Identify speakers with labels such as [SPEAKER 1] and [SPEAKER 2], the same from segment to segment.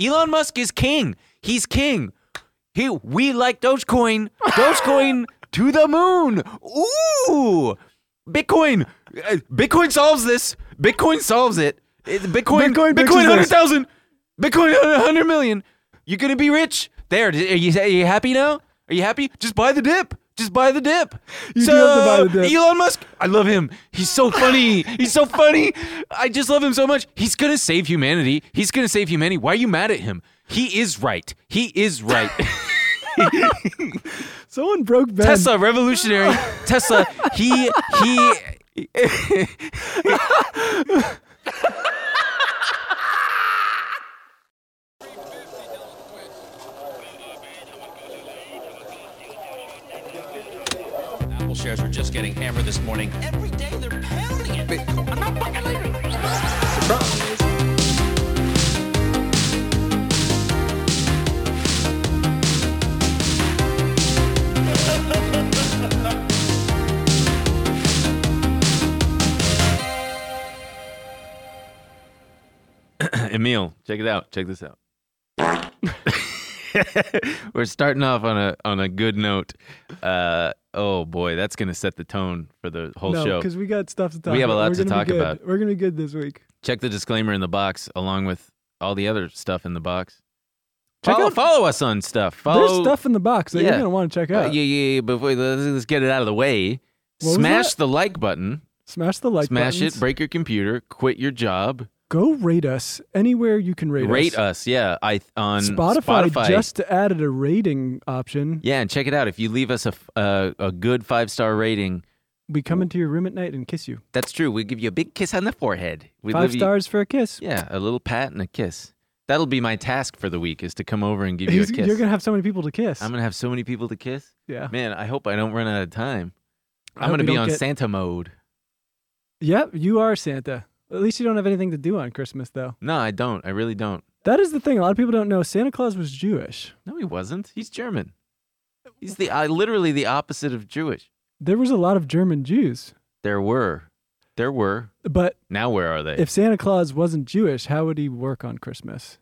[SPEAKER 1] Elon Musk is king. He's king. He we like Dogecoin. Dogecoin to the moon. Ooh. Bitcoin. Uh, Bitcoin solves this. Bitcoin solves it. It- Bitcoin
[SPEAKER 2] Bitcoin
[SPEAKER 1] Bitcoin,
[SPEAKER 2] fixes
[SPEAKER 1] Bitcoin
[SPEAKER 2] this.
[SPEAKER 1] 100,000. Bitcoin 100 million. You're going to be rich. There. d- Are you, are you happy now? Are you happy? Just buy the dip. Just buy the dip.
[SPEAKER 2] You do have to buy the dip.
[SPEAKER 1] Elon Musk, I love him. He's so funny. He's so funny. I just love him so much. He's going to save humanity. He's going to save humanity. Why are you mad at him? He is right. He is right.
[SPEAKER 2] Someone broke Ben.
[SPEAKER 1] Tesla, revolutionary. Tesla, he, he.
[SPEAKER 3] Apple shares are just getting hammered this morning. Every day they're pounding it. I'm not fucking leaving.
[SPEAKER 1] Emil, check it out. Check this out. We're starting off on a on a good note. Uh, oh boy, that's gonna set the tone for the whole
[SPEAKER 2] no,
[SPEAKER 1] show.
[SPEAKER 2] because we got stuff to talk.
[SPEAKER 1] We have a
[SPEAKER 2] about.
[SPEAKER 1] lot
[SPEAKER 2] We're
[SPEAKER 1] to
[SPEAKER 2] gonna be
[SPEAKER 1] talk
[SPEAKER 2] good.
[SPEAKER 1] about.
[SPEAKER 2] We're gonna be good this week.
[SPEAKER 1] Check the disclaimer in the box, along with all the other stuff in the box.
[SPEAKER 2] Check
[SPEAKER 1] follow,
[SPEAKER 2] out-
[SPEAKER 1] follow us on stuff. Follow
[SPEAKER 2] There's stuff in the box that you're
[SPEAKER 1] Oh, Yeah.
[SPEAKER 2] gonna want to check
[SPEAKER 1] Uh,
[SPEAKER 2] out.
[SPEAKER 1] yeah, yeah, yeah. Before let's, let's get it out of the way.
[SPEAKER 2] What was
[SPEAKER 1] Smash
[SPEAKER 2] that?
[SPEAKER 1] the like button.
[SPEAKER 2] Smash the like
[SPEAKER 1] smash
[SPEAKER 2] buttons.
[SPEAKER 1] it. Break your computer. Quit your job.
[SPEAKER 2] Go rate us anywhere you can rate,
[SPEAKER 1] Rate us. Yeah, I on
[SPEAKER 2] Spotify,
[SPEAKER 1] Spotify.
[SPEAKER 2] just added a rating option.
[SPEAKER 1] yeah, and check it out. If you leave us a f- uh, a good five star rating,
[SPEAKER 2] We come into your room at night and kiss you.
[SPEAKER 1] that's true. We give you a big kiss on the forehead. We
[SPEAKER 2] Five
[SPEAKER 1] leave you-
[SPEAKER 2] stars for a kiss.
[SPEAKER 1] yeah, a little pat and a kiss. That'll be my task for the week is to come over and give you a
[SPEAKER 2] He's-
[SPEAKER 1] kiss.
[SPEAKER 2] You're gonna have so many people to kiss.
[SPEAKER 1] I'm gonna have so many people to kiss.
[SPEAKER 2] yeah.
[SPEAKER 1] Man, I hope I don't run out of time.
[SPEAKER 2] I
[SPEAKER 1] I'm
[SPEAKER 2] hope
[SPEAKER 1] gonna
[SPEAKER 2] we
[SPEAKER 1] be
[SPEAKER 2] don't
[SPEAKER 1] on
[SPEAKER 2] get-
[SPEAKER 1] Santa mode.
[SPEAKER 2] Yep, you are Santa. At least you don't have anything to do on Christmas, though.
[SPEAKER 1] No, I don't. I really don't.
[SPEAKER 2] That is the thing. A lot of people don't know Santa Claus was Jewish.
[SPEAKER 1] No, he wasn't. He's German. He's the I literally the opposite of Jewish.
[SPEAKER 2] There was a lot of German Jews,
[SPEAKER 1] There were, there were.
[SPEAKER 2] but
[SPEAKER 1] Now where are they?
[SPEAKER 2] if Santa Claus wasn't Jewish, how would he work on Christmas?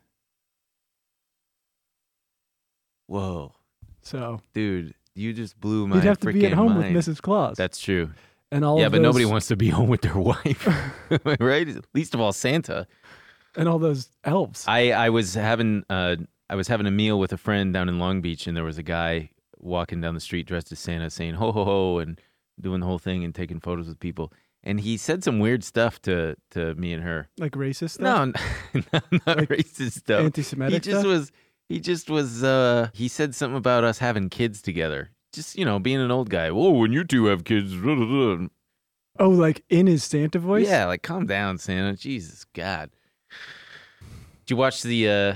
[SPEAKER 1] Whoa,
[SPEAKER 2] So
[SPEAKER 1] dude, you just blew my.
[SPEAKER 2] he'd have to be at
[SPEAKER 1] freaking
[SPEAKER 2] home
[SPEAKER 1] mind.
[SPEAKER 2] with Mrs. Claus.
[SPEAKER 1] That's true.
[SPEAKER 2] and all
[SPEAKER 1] yeah,
[SPEAKER 2] of
[SPEAKER 1] but nobody
[SPEAKER 2] those-
[SPEAKER 1] wants to be home with their wife, right? Least of all Santa.
[SPEAKER 2] and all those elves.
[SPEAKER 1] I I was having uh I was having a meal with a friend down in Long Beach, and there was a guy walking down the street dressed as Santa, saying "ho ho ho" and doing the whole thing and taking photos with people. And he said some weird stuff to to me and her.
[SPEAKER 2] like racist stuff.
[SPEAKER 1] No, n- no, not
[SPEAKER 2] Like
[SPEAKER 1] racist stuff.
[SPEAKER 2] anti-Semitic
[SPEAKER 1] He just
[SPEAKER 2] stuff?
[SPEAKER 1] was. He just was. uh He said something about us having kids together. Just you know, being an old guy. Whoa, when you two have kids. blah, blah, blah."
[SPEAKER 2] Oh, like in his Santa voice.
[SPEAKER 1] Yeah, like calm down, Santa. Jesus God. Did you watch the uh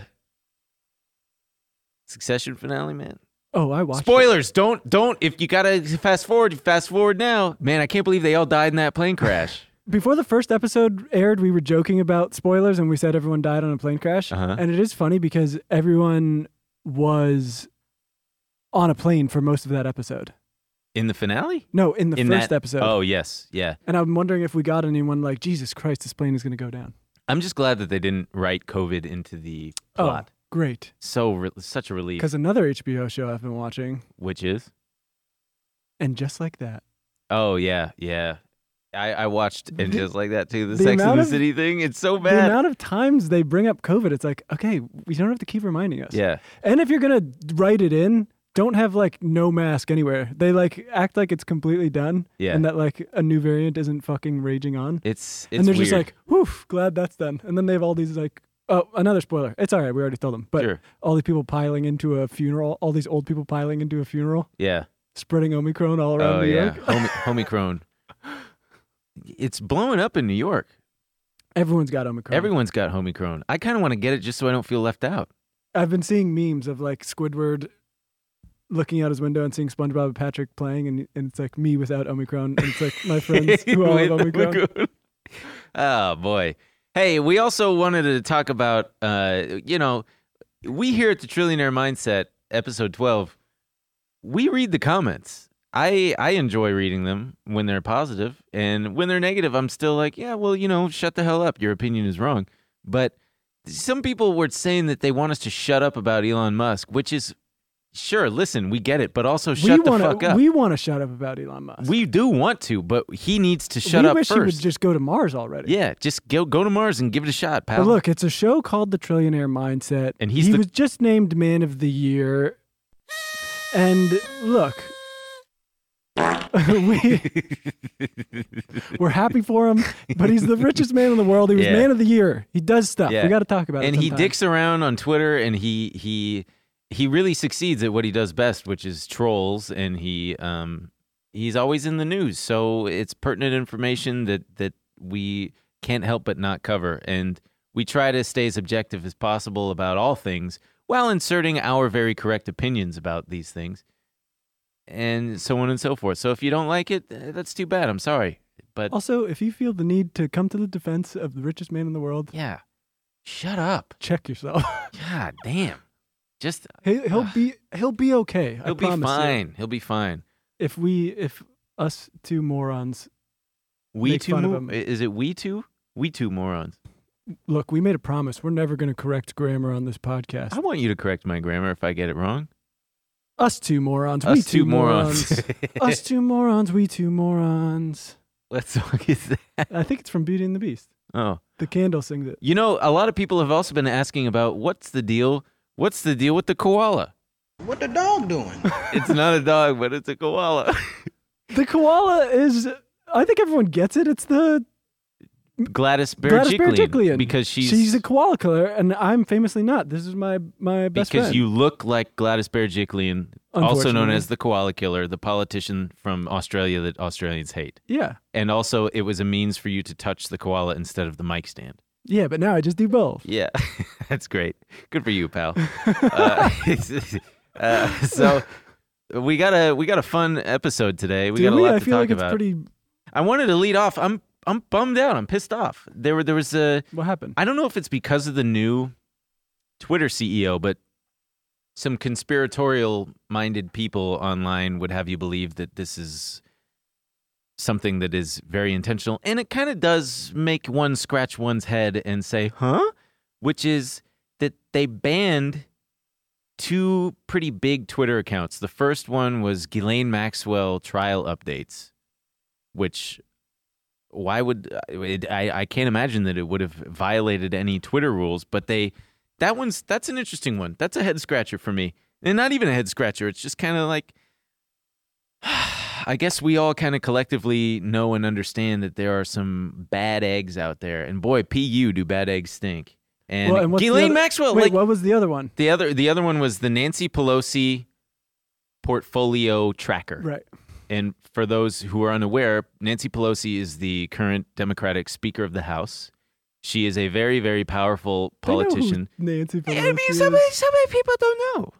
[SPEAKER 1] Succession finale, man?
[SPEAKER 2] Oh, I watched. it.
[SPEAKER 1] Spoilers! Don't don't. If you gotta fast forward, you fast forward now. Man, I can't believe they all died in that plane crash.
[SPEAKER 2] Before the first episode aired, we were joking about spoilers and we said everyone died on a plane crash.
[SPEAKER 1] Uh-huh.
[SPEAKER 2] And it is funny because everyone was on a plane for most of that episode.
[SPEAKER 1] in the finale?
[SPEAKER 2] No, in the
[SPEAKER 1] in
[SPEAKER 2] first
[SPEAKER 1] that
[SPEAKER 2] episode.
[SPEAKER 1] Oh yes, yeah.
[SPEAKER 2] And I'm wondering if we got anyone like, Jesus Christ, this plane is going to go down.
[SPEAKER 1] I'm just glad that they didn't write COVID into the plot.
[SPEAKER 2] Oh, great.
[SPEAKER 1] So re- such a relief.
[SPEAKER 2] Because another HBO show I've been watching,
[SPEAKER 1] Which is?
[SPEAKER 2] and just like that.
[SPEAKER 1] Oh yeah, yeah. I, I watched and
[SPEAKER 2] The-
[SPEAKER 1] just like that too. The,
[SPEAKER 2] the
[SPEAKER 1] Sex and
[SPEAKER 2] amount
[SPEAKER 1] the
[SPEAKER 2] of-
[SPEAKER 1] City thing. It's so
[SPEAKER 2] The
[SPEAKER 1] bad.
[SPEAKER 2] amount of times they bring up COVID, it's like, okay, we don't have to keep reminding us.
[SPEAKER 1] Yeah.
[SPEAKER 2] And if you're gonna write it in, don't have like no mask anywhere. They like act like it's completely done.
[SPEAKER 1] Yeah.
[SPEAKER 2] And that like a new variant isn't fucking raging on.
[SPEAKER 1] It's it's
[SPEAKER 2] and they're
[SPEAKER 1] weird.
[SPEAKER 2] just like, woof, glad that's done. And then they have all these like oh, another spoiler. It's all right, we already told them. But
[SPEAKER 1] Sure.
[SPEAKER 2] all these people piling into a funeral, all these old people piling into a funeral,
[SPEAKER 1] yeah.
[SPEAKER 2] spreading Omicron all around
[SPEAKER 1] Oh
[SPEAKER 2] New
[SPEAKER 1] yeah.
[SPEAKER 2] York.
[SPEAKER 1] Homi- Homicron. It's blowing up in New York.
[SPEAKER 2] Everyone's got Omicron.
[SPEAKER 1] Everyone's got Omicron. I kind of want to get it just so I don't feel left out.
[SPEAKER 2] I've been seeing memes of like Squidward looking out his window and seeing SpongeBob and Patrick playing, and, and it's like me without Omicron, and it's like my friends who all have
[SPEAKER 1] With
[SPEAKER 2] Omicron.
[SPEAKER 1] Omicron. oh boy. Hey, we also wanted to talk about uh, you know, we here at the Trillionaire Mindset, episode twelve, we read the comments. I I enjoy reading them when they're positive, and when they're negative, I'm still like, yeah, well, you know, shut the hell up. Your opinion is wrong. But some people were saying that they want us to shut up about Elon Musk, which is sure. Listen, we get it, but also shut
[SPEAKER 2] we
[SPEAKER 1] the
[SPEAKER 2] wanna,
[SPEAKER 1] fuck up.
[SPEAKER 2] We want to shut up about Elon Musk.
[SPEAKER 1] We do want to, but he needs to shut
[SPEAKER 2] we
[SPEAKER 1] up
[SPEAKER 2] wish he would
[SPEAKER 1] first.
[SPEAKER 2] just go to Mars already.
[SPEAKER 1] yeah, just go go to Mars and give it a shot, pal.
[SPEAKER 2] But look, it's a show called The Trillionaire Mindset.
[SPEAKER 1] And he's
[SPEAKER 2] he
[SPEAKER 1] the-
[SPEAKER 2] was just named Man of the Year. And look, we, we're happy for him, but he's the richest man in the world. He was
[SPEAKER 1] Yeah.
[SPEAKER 2] Man of the Year. He does stuff.
[SPEAKER 1] Yeah.
[SPEAKER 2] We got to talk about it.
[SPEAKER 1] and he
[SPEAKER 2] sometime.
[SPEAKER 1] dicks around on Twitter, and he he he really succeeds at what he does best, which is trolls, and he um he's always in the news, so it's pertinent information that that we can't help but not cover, and we try to stay as objective as possible about all things while inserting our very correct opinions about these things. and so on and so forth. So if you don't like it, eh, that's too bad. I'm sorry, but
[SPEAKER 2] Also, if you feel the need to come to the defense of the richest man in the world,
[SPEAKER 1] yeah, shut up.
[SPEAKER 2] check yourself.
[SPEAKER 1] God damn, just
[SPEAKER 2] he, he'll be he'll be okay. I
[SPEAKER 1] he'll be
[SPEAKER 2] promise you.
[SPEAKER 1] fine. He'll be fine.
[SPEAKER 2] If we if us two morons
[SPEAKER 1] We
[SPEAKER 2] Make
[SPEAKER 1] two,
[SPEAKER 2] fun of
[SPEAKER 1] mo-
[SPEAKER 2] him.
[SPEAKER 1] is it we two? We two morons.
[SPEAKER 2] look, we made a promise. We're never going to correct grammar on this podcast.
[SPEAKER 1] I want you to correct my grammar if I get it wrong.
[SPEAKER 2] Us two morons. we
[SPEAKER 1] Us
[SPEAKER 2] two,
[SPEAKER 1] two morons.
[SPEAKER 2] Us two morons. We two morons.
[SPEAKER 1] What song is that?
[SPEAKER 2] I think it's from Beauty and the Beast.
[SPEAKER 1] Oh,
[SPEAKER 2] The candle sings it.
[SPEAKER 1] you know, a lot of people have also been asking about what's the deal. What's the deal with the koala?
[SPEAKER 4] What the dog doing?
[SPEAKER 1] It's not a dog, but it's a koala.
[SPEAKER 2] The koala is. I think everyone gets it. It's the
[SPEAKER 1] Gladys
[SPEAKER 2] Gladys
[SPEAKER 1] Berejiklian,
[SPEAKER 2] Berejiklian
[SPEAKER 1] because she's
[SPEAKER 2] she's a koala killer, and I'm famously not. This is my my best
[SPEAKER 1] because
[SPEAKER 2] friend.
[SPEAKER 1] you look like Gladys Berejiklian, also known
[SPEAKER 2] Unfortunately.
[SPEAKER 1] as the koala killer, the politician from Australia that Australians hate.
[SPEAKER 2] yeah
[SPEAKER 1] And also, it was a means for you to touch the koala instead of the mic stand.
[SPEAKER 2] yeah, but now I just do both.
[SPEAKER 1] Yeah, that's great. Good for you, pal. uh, uh, so we got a we got a fun episode today. We
[SPEAKER 2] Do
[SPEAKER 1] got a
[SPEAKER 2] we?
[SPEAKER 1] lot
[SPEAKER 2] I
[SPEAKER 1] to
[SPEAKER 2] feel
[SPEAKER 1] talk
[SPEAKER 2] like it's
[SPEAKER 1] about.
[SPEAKER 2] pretty.
[SPEAKER 1] I wanted to lead off. I'm I'm bummed out. I'm pissed off. There were there was a
[SPEAKER 2] What happened?
[SPEAKER 1] I don't know if it's because of the new Twitter CEO, but some conspiratorial minded people online would have you believe that this is something that is very intentional. And it kind of does make one scratch one's head and say, huh? Which is that they banned two pretty big Twitter accounts. The first one was Ghislaine Maxwell trial updates, which why would it, I, I can't imagine that it would have violated any Twitter rules, but they that one's that's an interesting one. That's a head scratcher for me. And not even a head scratcher. It's just kind of like I guess we all kind of collectively know and understand that there are some bad eggs out there. And boy, PU do bad eggs stink. And,
[SPEAKER 2] Well, and what's the
[SPEAKER 1] Ghislaine
[SPEAKER 2] other-
[SPEAKER 1] Maxwell
[SPEAKER 2] Wait,
[SPEAKER 1] like
[SPEAKER 2] what was the other one?
[SPEAKER 1] the other the other one was the Nancy Pelosi portfolio tracker.
[SPEAKER 2] Right.
[SPEAKER 1] And for those who are unaware, Nancy Pelosi is the current Democratic Speaker of the House. She is a very, very powerful
[SPEAKER 2] They know who
[SPEAKER 1] politician.
[SPEAKER 2] Nancy Pelosi.
[SPEAKER 1] I mean,
[SPEAKER 2] is.
[SPEAKER 1] so many, so many people don't know.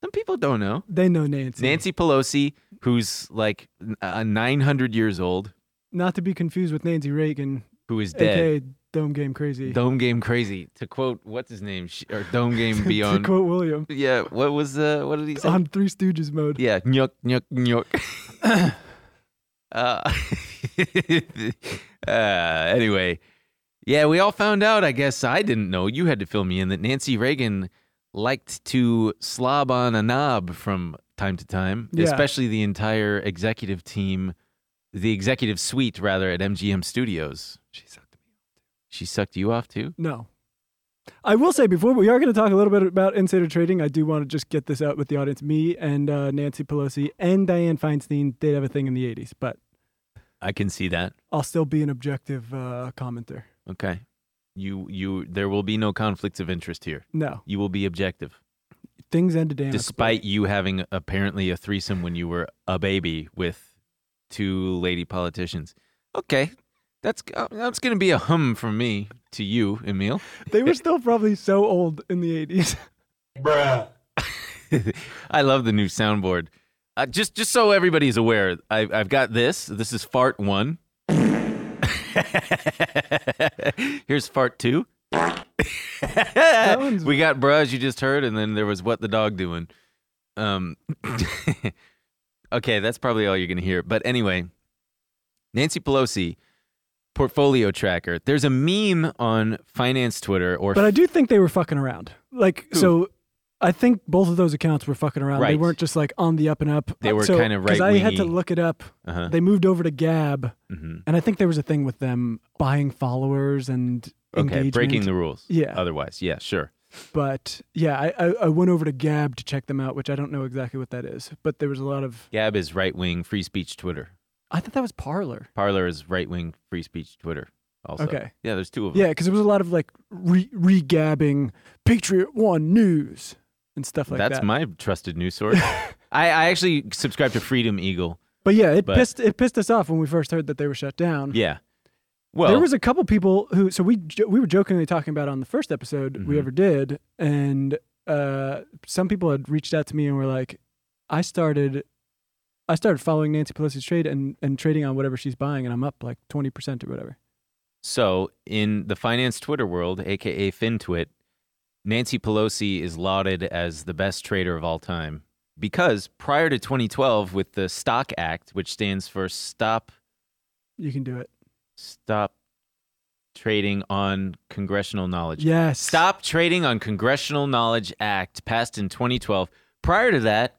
[SPEAKER 1] Some people don't know.
[SPEAKER 2] They know Nancy.
[SPEAKER 1] Nancy Pelosi, who's like uh, 900 years old,
[SPEAKER 2] Not to be confused with Nancy Reagan,
[SPEAKER 1] who is dead.
[SPEAKER 2] aka Dome Game Crazy.
[SPEAKER 1] Dome game crazy. To quote, what's his name? She, or Dome game
[SPEAKER 2] to
[SPEAKER 1] beyond.
[SPEAKER 2] quote William,
[SPEAKER 1] yeah, what was the, what did he say?
[SPEAKER 2] on Three Stooges mode.
[SPEAKER 1] Yeah, nyuk nyuk nyuk. uh, uh, anyway, yeah, we all found out. I guess I didn't know. You had to fill me in that Nancy Reagan liked to slob on a knob from time to time,
[SPEAKER 2] Yeah.
[SPEAKER 1] especially the entire executive team, the executive suite rather at MGM Studios.
[SPEAKER 2] She sucked me.
[SPEAKER 1] She sucked you off too.
[SPEAKER 2] No. I will say before we are going to talk a little bit about insider trading, I do want to just get this out with the audience. Me and uh, Nancy Pelosi and Diane Feinstein did have a thing in the 80s, but
[SPEAKER 1] I can see that.
[SPEAKER 2] I'll still be an objective uh, commenter.
[SPEAKER 1] Okay, you you there will be no conflicts of interest here.
[SPEAKER 2] No,
[SPEAKER 1] You will be objective.
[SPEAKER 2] things ended amicably.
[SPEAKER 1] despite you having apparently a threesome when you were a baby with two lady politicians. Okay. That's uh, that's gonna be a hum from me to you, Emil.
[SPEAKER 2] They were still probably so old in the 80s.
[SPEAKER 1] I love the new soundboard. Uh, just just so everybody's aware, I, I've got this. This is fart one. Here's fart two.
[SPEAKER 2] one's-
[SPEAKER 1] we got bruh as you just heard, and then there was what the dog doing. Um, okay, that's probably all you're gonna hear. But anyway, Nancy Pelosi portfolio tracker. There's a meme on finance Twitter or
[SPEAKER 2] But I do think they were fucking around. Like,
[SPEAKER 1] Who?
[SPEAKER 2] so I think both of those accounts were fucking around. They
[SPEAKER 1] Right.
[SPEAKER 2] weren't just like on the up and up.
[SPEAKER 1] They were
[SPEAKER 2] So-
[SPEAKER 1] kinda
[SPEAKER 2] 'cause I had to
[SPEAKER 1] right-wingy.
[SPEAKER 2] look it up.
[SPEAKER 1] Uh-huh.
[SPEAKER 2] They moved over to Gab,
[SPEAKER 1] Mhm.
[SPEAKER 2] and I think there was a thing with them buying followers and
[SPEAKER 1] Okay,
[SPEAKER 2] engagement.
[SPEAKER 1] breaking the rules.
[SPEAKER 2] Yeah.
[SPEAKER 1] Otherwise, yeah, sure.
[SPEAKER 2] But yeah, I, I, I went over to Gab to check them out, which I don't know exactly what that is. But there was a lot of.
[SPEAKER 1] Gab is right wing free speech Twitter.
[SPEAKER 2] I thought that was Parlor.
[SPEAKER 1] Parlor is right wing free speech Twitter. Also,
[SPEAKER 2] Okay.
[SPEAKER 1] Yeah, there's two of them.
[SPEAKER 2] Yeah, because there was a lot of like re- regabbing Patriot One news and stuff like
[SPEAKER 1] that's
[SPEAKER 2] that.
[SPEAKER 1] my trusted news source. I, I actually subscribe to Freedom Eagle.
[SPEAKER 2] But yeah, it
[SPEAKER 1] But-
[SPEAKER 2] pissed it pissed us off when we first heard that they were shut down.
[SPEAKER 1] Yeah. Well,
[SPEAKER 2] there was a couple people who. So we jo- we were jokingly talking about it on the first episode we
[SPEAKER 1] Mhm.
[SPEAKER 2] ever did, and uh, some people had reached out to me and were like, "I started." I started following Nancy Pelosi's trade and, and trading on whatever she's buying, and I'm up like 20% or whatever.
[SPEAKER 1] so in the finance Twitter world, aka FinTwit, Nancy Pelosi is lauded as the best trader of all time because prior to 2012, with the Stock Act, which stands for Stop
[SPEAKER 2] You can do it.
[SPEAKER 1] Stop Trading on Congressional Knowledge.
[SPEAKER 2] Yes.
[SPEAKER 1] Stop Trading on Congressional Knowledge Act passed in 2012. Prior to that,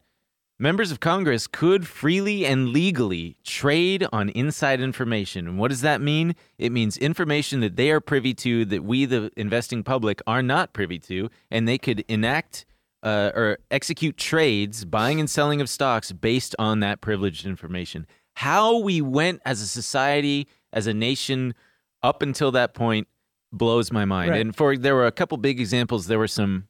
[SPEAKER 1] members of Congress could freely and legally trade on inside information. And what does that mean? It means information that they are privy to that we, the investing public, are not privy to, and they could enact. Uh, or execute trades, buying and selling of stocks based on that privileged information. How we went as a society, as a nation, up until that point blows my mind.
[SPEAKER 2] Right.
[SPEAKER 1] And for there were a couple big examples. There were some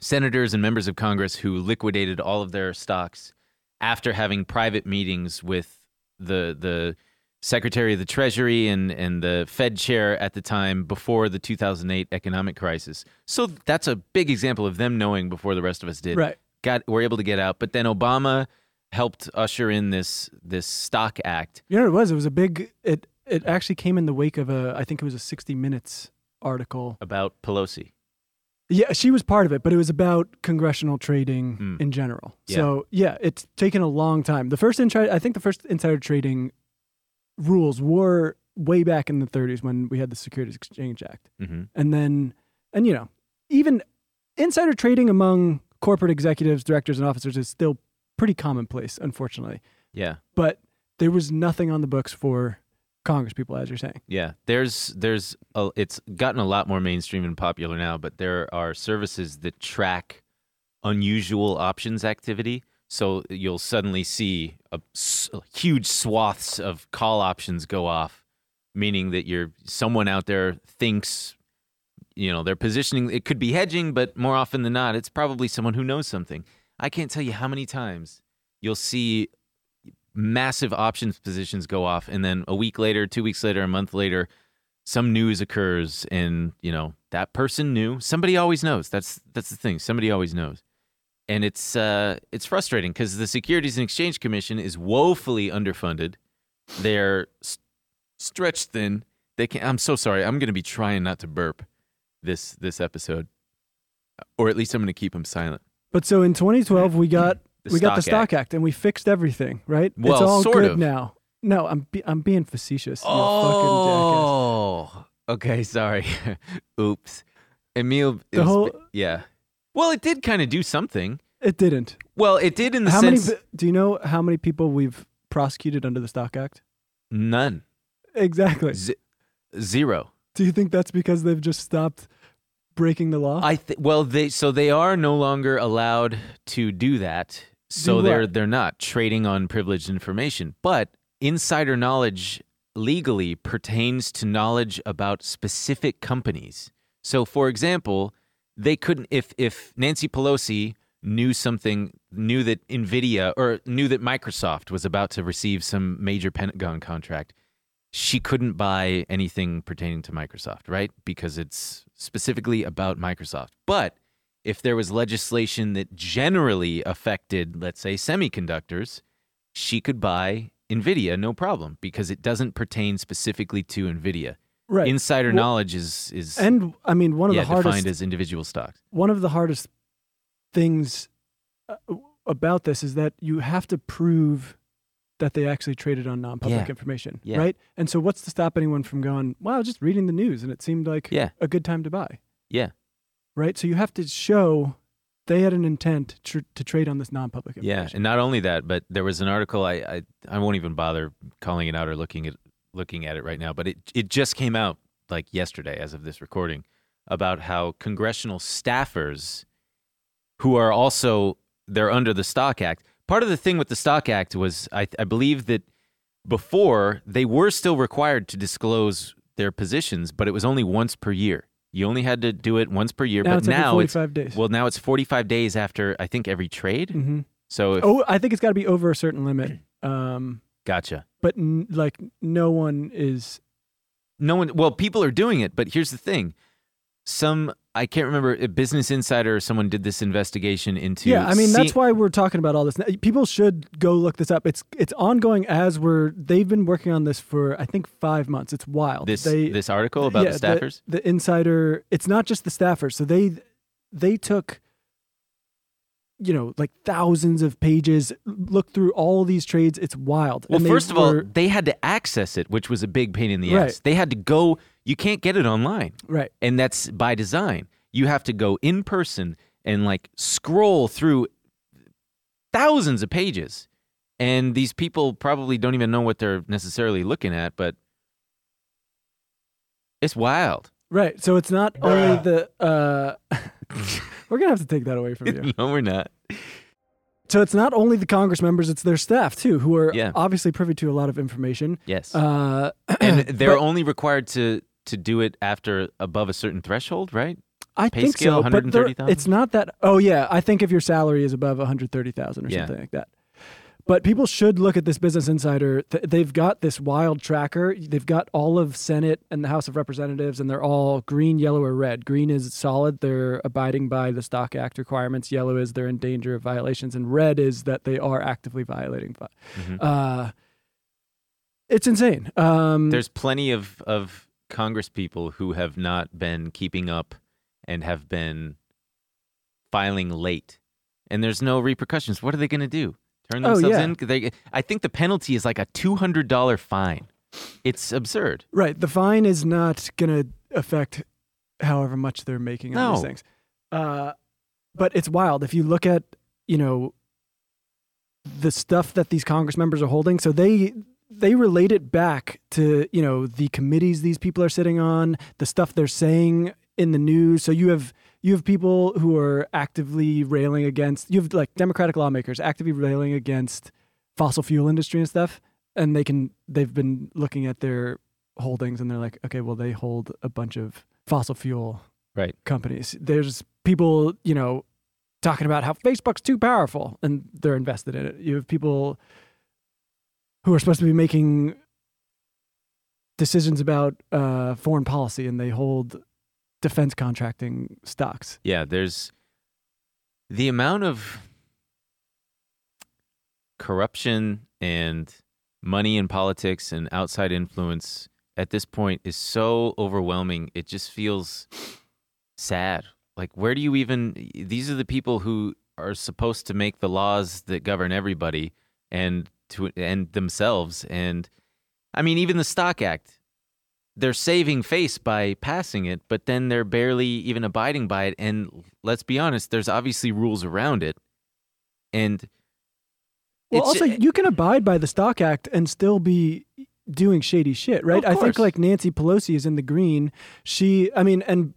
[SPEAKER 1] senators and members of Congress who liquidated all of their stocks after having private meetings with the the Secretary of the Treasury and and the Fed chair at the time before the 2008 economic crisis. So that's a big example of them knowing before the rest of us did.
[SPEAKER 2] Right.
[SPEAKER 1] Got were able to get out, but then Obama helped usher in this this stock act
[SPEAKER 2] You know what it was? It was a big. It it actually came in the wake of a. I think it was a 60 Minutes article.
[SPEAKER 1] about Pelosi.
[SPEAKER 2] Yeah, she was part of it, but it was about congressional trading
[SPEAKER 1] Mm.
[SPEAKER 2] in general.
[SPEAKER 1] Yeah.
[SPEAKER 2] So yeah, it's taken a long time. The first insider, I think, the first insider trading rules were way back in the 30s when we had the Securities Exchange Act,
[SPEAKER 1] Mm-hmm.
[SPEAKER 2] and then and you know even insider trading among corporate executives, directors, and officers is still pretty commonplace, unfortunately.
[SPEAKER 1] Yeah.
[SPEAKER 2] But there was nothing on the books for Congress people, as you're saying.
[SPEAKER 1] Yeah, there's there's a, it's gotten a lot more mainstream and popular now, but there are services that track unusual options activity. So you'll suddenly see a s- huge swaths of call options go off, meaning that you're someone out there thinks you know they're positioning it could be hedging but more often than not it's probably someone who knows something i can't tell you how many times you'll see massive options positions go off and then a week later two weeks later a month later some news occurs and you know that person knew somebody always knows that's that's the thing somebody always knows and it's uh it's frustrating because the securities and exchange commission is woefully underfunded they're s- stretched thin they can i'm so sorry i'm gonna be trying not to burp this this episode or at least i'm gonna keep them silent
[SPEAKER 2] But so in 2012, we got
[SPEAKER 1] The
[SPEAKER 2] we got the
[SPEAKER 1] Stock Act.
[SPEAKER 2] Stock Act. and we fixed everything, right? it's
[SPEAKER 1] Well,
[SPEAKER 2] all
[SPEAKER 1] sort
[SPEAKER 2] good
[SPEAKER 1] of.
[SPEAKER 2] now. No, I'm be- I'm being facetious. you fucking jackass.
[SPEAKER 1] Oh, okay. Sorry. Oops. Emil. it
[SPEAKER 2] The
[SPEAKER 1] was-
[SPEAKER 2] whole-
[SPEAKER 1] yeah. Well, it did kind of do something.
[SPEAKER 2] It didn't.
[SPEAKER 1] Well, it did in the
[SPEAKER 2] How
[SPEAKER 1] sense
[SPEAKER 2] many? Do you know how many people we've prosecuted under the Stock Act?
[SPEAKER 1] none,
[SPEAKER 2] Exactly.
[SPEAKER 1] Z- zero.
[SPEAKER 2] Do you think that's because they've just stopped breaking the law?
[SPEAKER 1] I th- well, they so they are no longer allowed to do that. So
[SPEAKER 2] Do
[SPEAKER 1] they're
[SPEAKER 2] what?
[SPEAKER 1] they're not trading on privileged information, but insider knowledge legally pertains to knowledge about specific companies. So, for example, they couldn't if if Nancy Pelosi knew something knew that Nvidia or knew that Microsoft was about to receive some major Pentagon contract she couldn't buy anything pertaining to Microsoft, right? Because it's specifically about Microsoft. But if there was legislation that generally affected, let's say, semiconductors, she could buy NVIDIA no problem because it doesn't pertain specifically to NVIDIA.
[SPEAKER 2] Right.
[SPEAKER 1] Insider
[SPEAKER 2] Well,
[SPEAKER 1] knowledge is, is
[SPEAKER 2] And I mean, one of
[SPEAKER 1] yeah,
[SPEAKER 2] the hardest
[SPEAKER 1] defined as individual stocks.
[SPEAKER 2] one of the hardest things uh, about this is that you have to prove that they actually traded on non-public
[SPEAKER 1] Yeah.
[SPEAKER 2] information,
[SPEAKER 1] Yeah.
[SPEAKER 2] right? And so, what's to stop anyone from going, "Wow, just reading the news, and it seemed like
[SPEAKER 1] Yeah.
[SPEAKER 2] a good time to buy,"
[SPEAKER 1] Yeah.
[SPEAKER 2] right? So you have to show they had an intent tr- to trade on this non-public
[SPEAKER 1] Yeah,
[SPEAKER 2] information.
[SPEAKER 1] and not only that, but there was an article. I, I I won't even bother calling it out or looking at looking at it right now. But it it just came out like yesterday, as of this recording, about how congressional staffers, who are also they're under the Stock Act. Part of the thing with the Stock Act was I I believe that before they were still required to disclose their positions, but it was only once per year. You only had to do it once per year.
[SPEAKER 2] Now
[SPEAKER 1] but
[SPEAKER 2] it's every
[SPEAKER 1] now it's
[SPEAKER 2] 45 days.
[SPEAKER 1] Well, now it's forty five days after I think every trade.
[SPEAKER 2] hmm
[SPEAKER 1] So if,
[SPEAKER 2] Oh, I think it's got to be over a certain limit. Um,
[SPEAKER 1] Gotcha.
[SPEAKER 2] but n- like no one is
[SPEAKER 1] No one, well, people are doing it, but here's the thing. Some, I can't remember, a Business Insider or someone did this investigation into.
[SPEAKER 2] yeah i mean that's
[SPEAKER 1] see-
[SPEAKER 2] why we're talking about all this Now, people should go look this up it's it's ongoing as we're they've been working on this for i think five months it's wild
[SPEAKER 1] This,
[SPEAKER 2] they,
[SPEAKER 1] this article about
[SPEAKER 2] yeah,
[SPEAKER 1] the staffers?
[SPEAKER 2] the, insider it's not just the staffers so they they took you know like thousands of pages looked through all these trades it's wild
[SPEAKER 1] well,
[SPEAKER 2] And they
[SPEAKER 1] first of all,
[SPEAKER 2] were-
[SPEAKER 1] they had to access it, which was a big pain in the
[SPEAKER 2] Right.
[SPEAKER 1] ass. They had to go, you can't get it online.
[SPEAKER 2] right
[SPEAKER 1] And that's by design. You have to go in person and like scroll through thousands of pages. And these people probably don't even know what they're necessarily looking at, but it's wild.
[SPEAKER 2] right so it's not only the uh we're gonna have to take that away from you
[SPEAKER 1] no, we're not.
[SPEAKER 2] So it's not only the Congress members, it's their staff too, who are
[SPEAKER 1] Yeah.
[SPEAKER 2] obviously privy to a lot of information.
[SPEAKER 1] Yes.
[SPEAKER 2] Uh,
[SPEAKER 1] and they're
[SPEAKER 2] but-
[SPEAKER 1] only required to to do it after above a certain threshold, right?
[SPEAKER 2] I
[SPEAKER 1] Pay
[SPEAKER 2] think
[SPEAKER 1] scale,
[SPEAKER 2] so, but they're-
[SPEAKER 1] 130,000?
[SPEAKER 2] it's not that. Oh yeah, I think if your salary is above one hundred thirty thousand or
[SPEAKER 1] Yeah.
[SPEAKER 2] something like that. But people should look at this Business Insider. Th- They've got this wild tracker. They've got all of Senate and the House of Representatives, and they're all green, yellow, or red. Green is solid; they're abiding by the Stock Act requirements. Yellow is they're in danger of violations, and red is that they are actively violating. vi-
[SPEAKER 1] Mm-hmm.
[SPEAKER 2] Uh, it's insane. Um,
[SPEAKER 1] There's plenty of of Congress people who have not been keeping up and have been filing late, and there's no repercussions. What are they going to do? Turn
[SPEAKER 2] Oh,
[SPEAKER 1] themselves
[SPEAKER 2] yeah.
[SPEAKER 1] in? They, I think the penalty is like a two hundred dollar fine. It's absurd.
[SPEAKER 2] Right. The fine is not going to affect however much they're making on these
[SPEAKER 1] No.
[SPEAKER 2] things. Uh, but it's wild. If you look at, you know, the stuff that these Congress members are holding, so they they relate it back to, you know, the committees these people are sitting on, the stuff they're saying in the news. So you have you have people who are actively railing against you have like democratic lawmakers actively railing against fossil fuel industry and stuff and they can they've been looking at their holdings and they're like okay well they hold a bunch of fossil fuel
[SPEAKER 1] Right.
[SPEAKER 2] companies there's people you know talking about how facebook's too powerful and they're invested in it you have people who are supposed to be making decisions about uh, foreign policy and they hold defense contracting stocks
[SPEAKER 1] Yeah, there's the amount of corruption and money in politics and outside influence at this point is so overwhelming. It just feels sad. Like, where do you even? These are the people who are supposed to make the laws that govern everybody and to and themselves. And I mean, even the Stock Act, they're saving face by passing it, but then they're barely even abiding by it. And let's be honest, there's obviously rules around it. And
[SPEAKER 2] Well,
[SPEAKER 1] it's-
[SPEAKER 2] also, you can abide by the Stock Act and still be doing shady shit, right?
[SPEAKER 1] Of
[SPEAKER 2] I think
[SPEAKER 1] course.
[SPEAKER 2] like Nancy Pelosi is in the green. She, I mean, and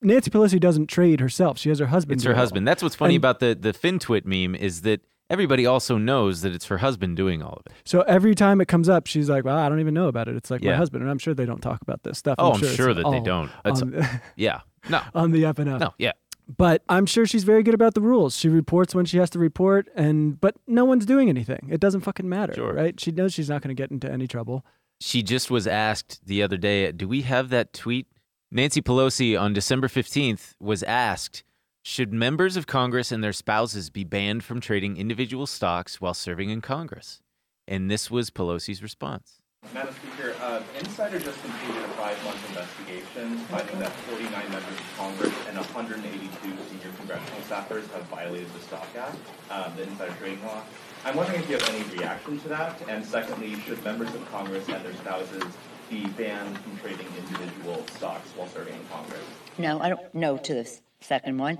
[SPEAKER 2] Nancy Pelosi doesn't trade herself. She has her husband.
[SPEAKER 1] It's
[SPEAKER 2] do
[SPEAKER 1] her
[SPEAKER 2] it all.
[SPEAKER 1] husband. That's what's funny
[SPEAKER 2] And-
[SPEAKER 1] about the the FinTwit meme is that everybody also knows that it's her husband doing all of it.
[SPEAKER 2] So every time it comes up, she's like, "Well, I don't even know about it." It's like my
[SPEAKER 1] Yeah.
[SPEAKER 2] husband, and I'm sure they don't talk about this stuff.
[SPEAKER 1] Oh, I'm
[SPEAKER 2] it's
[SPEAKER 1] sure that they
[SPEAKER 2] all
[SPEAKER 1] don't. That's-
[SPEAKER 2] on,
[SPEAKER 1] Yeah. No.
[SPEAKER 2] on the up and up.
[SPEAKER 1] No. Yeah.
[SPEAKER 2] But I'm sure she's very good about the rules. She reports when she has to report, and but no one's doing anything. It doesn't fucking matter,
[SPEAKER 1] Sure.
[SPEAKER 2] right? She knows she's not going to get into any trouble.
[SPEAKER 1] she just was asked the other day, do we have that tweet? Nancy Pelosi on December 15th was asked, should members of Congress and their spouses be banned from trading individual stocks while serving in Congress? And this was Pelosi's response.
[SPEAKER 5] Madam Speaker, uh, Insider just completed a five-month investigation finding that 49 members of Congress and 182 senior congressional staffers have violated the Stock Act, um, the insider trading law. I'm wondering if you have any reaction to that, and secondly, should members of Congress and their spouses be banned from trading individual stocks while serving in Congress?
[SPEAKER 6] No, I don't, no to the s- second one.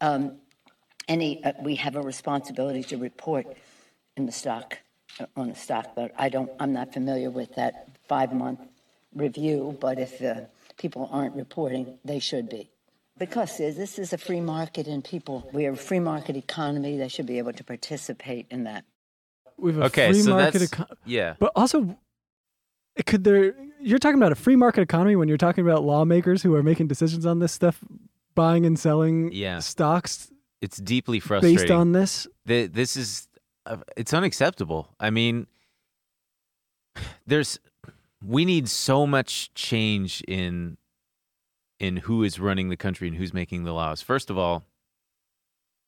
[SPEAKER 6] Um, Any, uh, we have a responsibility to report in the stock, uh, on the stock, but I don't, I'm not familiar with that five-month review, but if uh, people aren't reporting, they should be. Because uh, this is a free market and people, we are a free market economy, they should be able to participate in that.
[SPEAKER 2] We have a
[SPEAKER 1] Okay,
[SPEAKER 2] free
[SPEAKER 1] so
[SPEAKER 2] market
[SPEAKER 1] that's-
[SPEAKER 2] eco-
[SPEAKER 1] yeah.
[SPEAKER 2] But also, could there? You're talking about a free market economy when you're talking about lawmakers who are making decisions on this stuff, buying and selling
[SPEAKER 1] Yeah.
[SPEAKER 2] stocks
[SPEAKER 1] It's deeply frustrating.
[SPEAKER 2] based on this.
[SPEAKER 1] Th this is uh, it's unacceptable. I mean, there's we need so much change in in who is running the country and who's making the laws. First of all,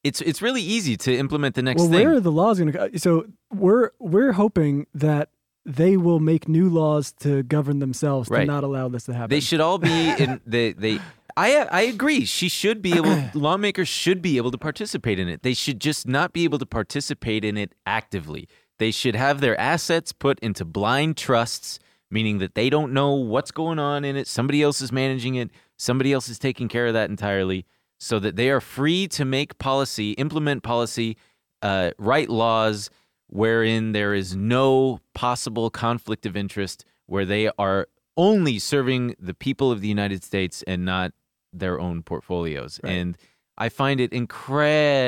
[SPEAKER 1] it's it's really easy to implement the next
[SPEAKER 2] well,
[SPEAKER 1] thing.
[SPEAKER 2] where are the laws going to? So we're we're hoping that they will make new laws to govern themselves to
[SPEAKER 1] Right.
[SPEAKER 2] not allow this to happen.
[SPEAKER 1] They should all be in they they I I agree. She should be able lawmakers should be able to participate in it. They should just not be able to participate in it actively. They should have their assets put into blind trusts, meaning that they don't know what's going on in it. Somebody else is managing it. Somebody else is taking care of that entirely so that they are free to make policy, implement policy, uh, write laws wherein there is no possible conflict of interest, where they are only serving the people of the United States and not their own portfolios. And I find it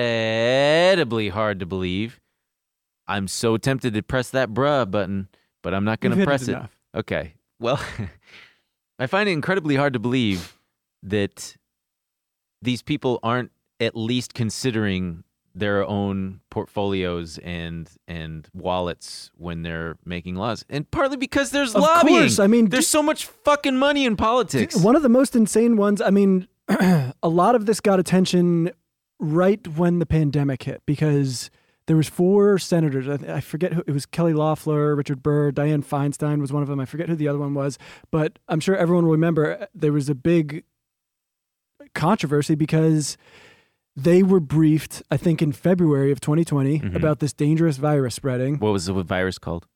[SPEAKER 1] incredibly hard to believe. I'm so tempted to press that bruh button, but I'm not going
[SPEAKER 2] You've
[SPEAKER 1] to
[SPEAKER 2] hit it
[SPEAKER 1] press it.
[SPEAKER 2] enough.
[SPEAKER 1] Okay. Well, I find it incredibly hard to believe that these people aren't at least considering their own portfolios and and wallets when they're making laws, and partly because there's
[SPEAKER 2] Of
[SPEAKER 1] lobbying.
[SPEAKER 2] course, I mean,
[SPEAKER 1] there's
[SPEAKER 2] d-
[SPEAKER 1] so much fucking money in politics.
[SPEAKER 2] One of the most insane ones. I mean, a lot of this got attention right when the pandemic hit because there was four senators. I, th- I forget who it was: Kelly Loeffler, Richard Burr, Dianne Feinstein was one of them. I forget who the other one was, but I'm sure everyone will remember. uh, There was a big controversy because they were briefed, I think, in February of 2020 about this dangerous virus spreading.
[SPEAKER 1] What was the virus called?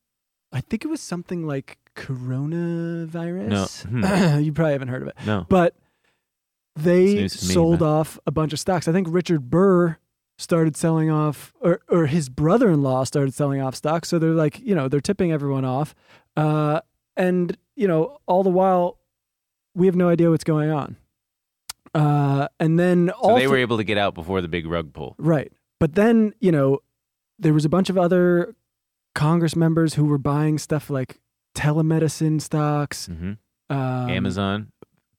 [SPEAKER 2] I think it was something like coronavirus.
[SPEAKER 1] No.
[SPEAKER 2] you probably haven't heard of it.
[SPEAKER 1] No.
[SPEAKER 2] But
[SPEAKER 1] It's
[SPEAKER 2] they
[SPEAKER 1] Oh. news to me,
[SPEAKER 2] sold
[SPEAKER 1] but-
[SPEAKER 2] off a bunch of stocks. I think Richard Burr started selling off or or his brother-in-law started selling off stocks. So they're like, you know, they're tipping everyone off. Uh, and, you know, all the while we have no idea what's going on. Uh, and then
[SPEAKER 1] So
[SPEAKER 2] all
[SPEAKER 1] they were able to get out before the big rug pull.
[SPEAKER 2] Right. But then, you know, there was a bunch of other Congress members who were buying stuff like telemedicine stocks.
[SPEAKER 1] Mhm.
[SPEAKER 2] Um,
[SPEAKER 1] Amazon.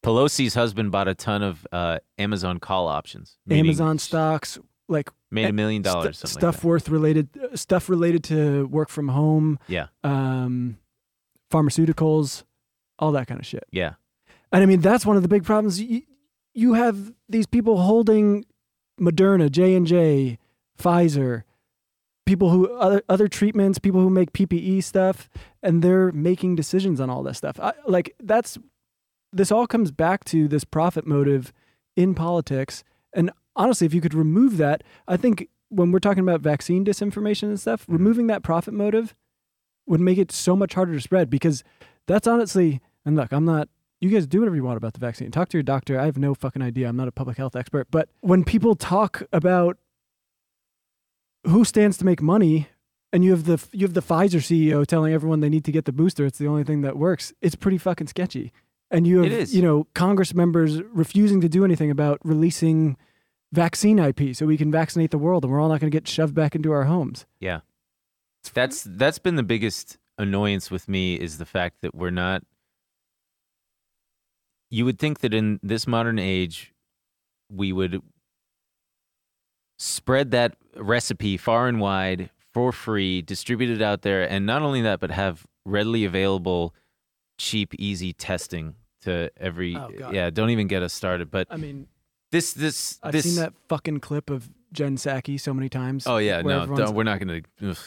[SPEAKER 1] Pelosi's husband bought a ton of uh, Amazon call options. meaning
[SPEAKER 2] Amazon stocks, like
[SPEAKER 1] made a million
[SPEAKER 2] st-
[SPEAKER 1] dollars. something like
[SPEAKER 2] stuff
[SPEAKER 1] that.
[SPEAKER 2] worth related uh, stuff related to work from home,
[SPEAKER 1] yeah,
[SPEAKER 2] um, pharmaceuticals, all that kind of shit.
[SPEAKER 1] yeah.
[SPEAKER 2] And I mean, that's one of the big problems. You, you have these people holding Moderna, J and J, Pfizer, people who other other treatments, people who make PPE stuff, and they're making decisions on all this stuff. I, like that's this all comes back to this profit motive in politics. And honestly, if you could remove that, I think when we're talking about vaccine disinformation and stuff, removing that profit motive would make it so much harder to spread because that's honestly and look, I'm not you guys do whatever you want about the vaccine. Talk to your doctor. I have no fucking idea. I'm not a public health expert. But when people talk about who stands to make money and you have the you have the Pfizer CEO telling everyone they need to get the booster, it's the only thing that works. It's pretty fucking sketchy. And you
[SPEAKER 1] It
[SPEAKER 2] have
[SPEAKER 1] is.
[SPEAKER 2] you know Congress members refusing to do anything about releasing vaccine IP so we can vaccinate the world and we're all not going to get shoved back into our homes.
[SPEAKER 1] Yeah. That's that's been the biggest annoyance with me is the fact that we're not you would think that in this modern age we would spread that recipe far and wide for free, distribute it out there and not only that but have readily available cheap, easy testing to every.
[SPEAKER 2] Oh, God.
[SPEAKER 1] yeah, don't even get us started. But
[SPEAKER 2] I mean,
[SPEAKER 1] this, this,
[SPEAKER 2] I've
[SPEAKER 1] this.
[SPEAKER 2] seen that fucking clip of Jen Psaki so many times.
[SPEAKER 1] Oh yeah,
[SPEAKER 2] where
[SPEAKER 1] no,
[SPEAKER 2] everyone's-
[SPEAKER 1] don't, we're not gonna. Ugh.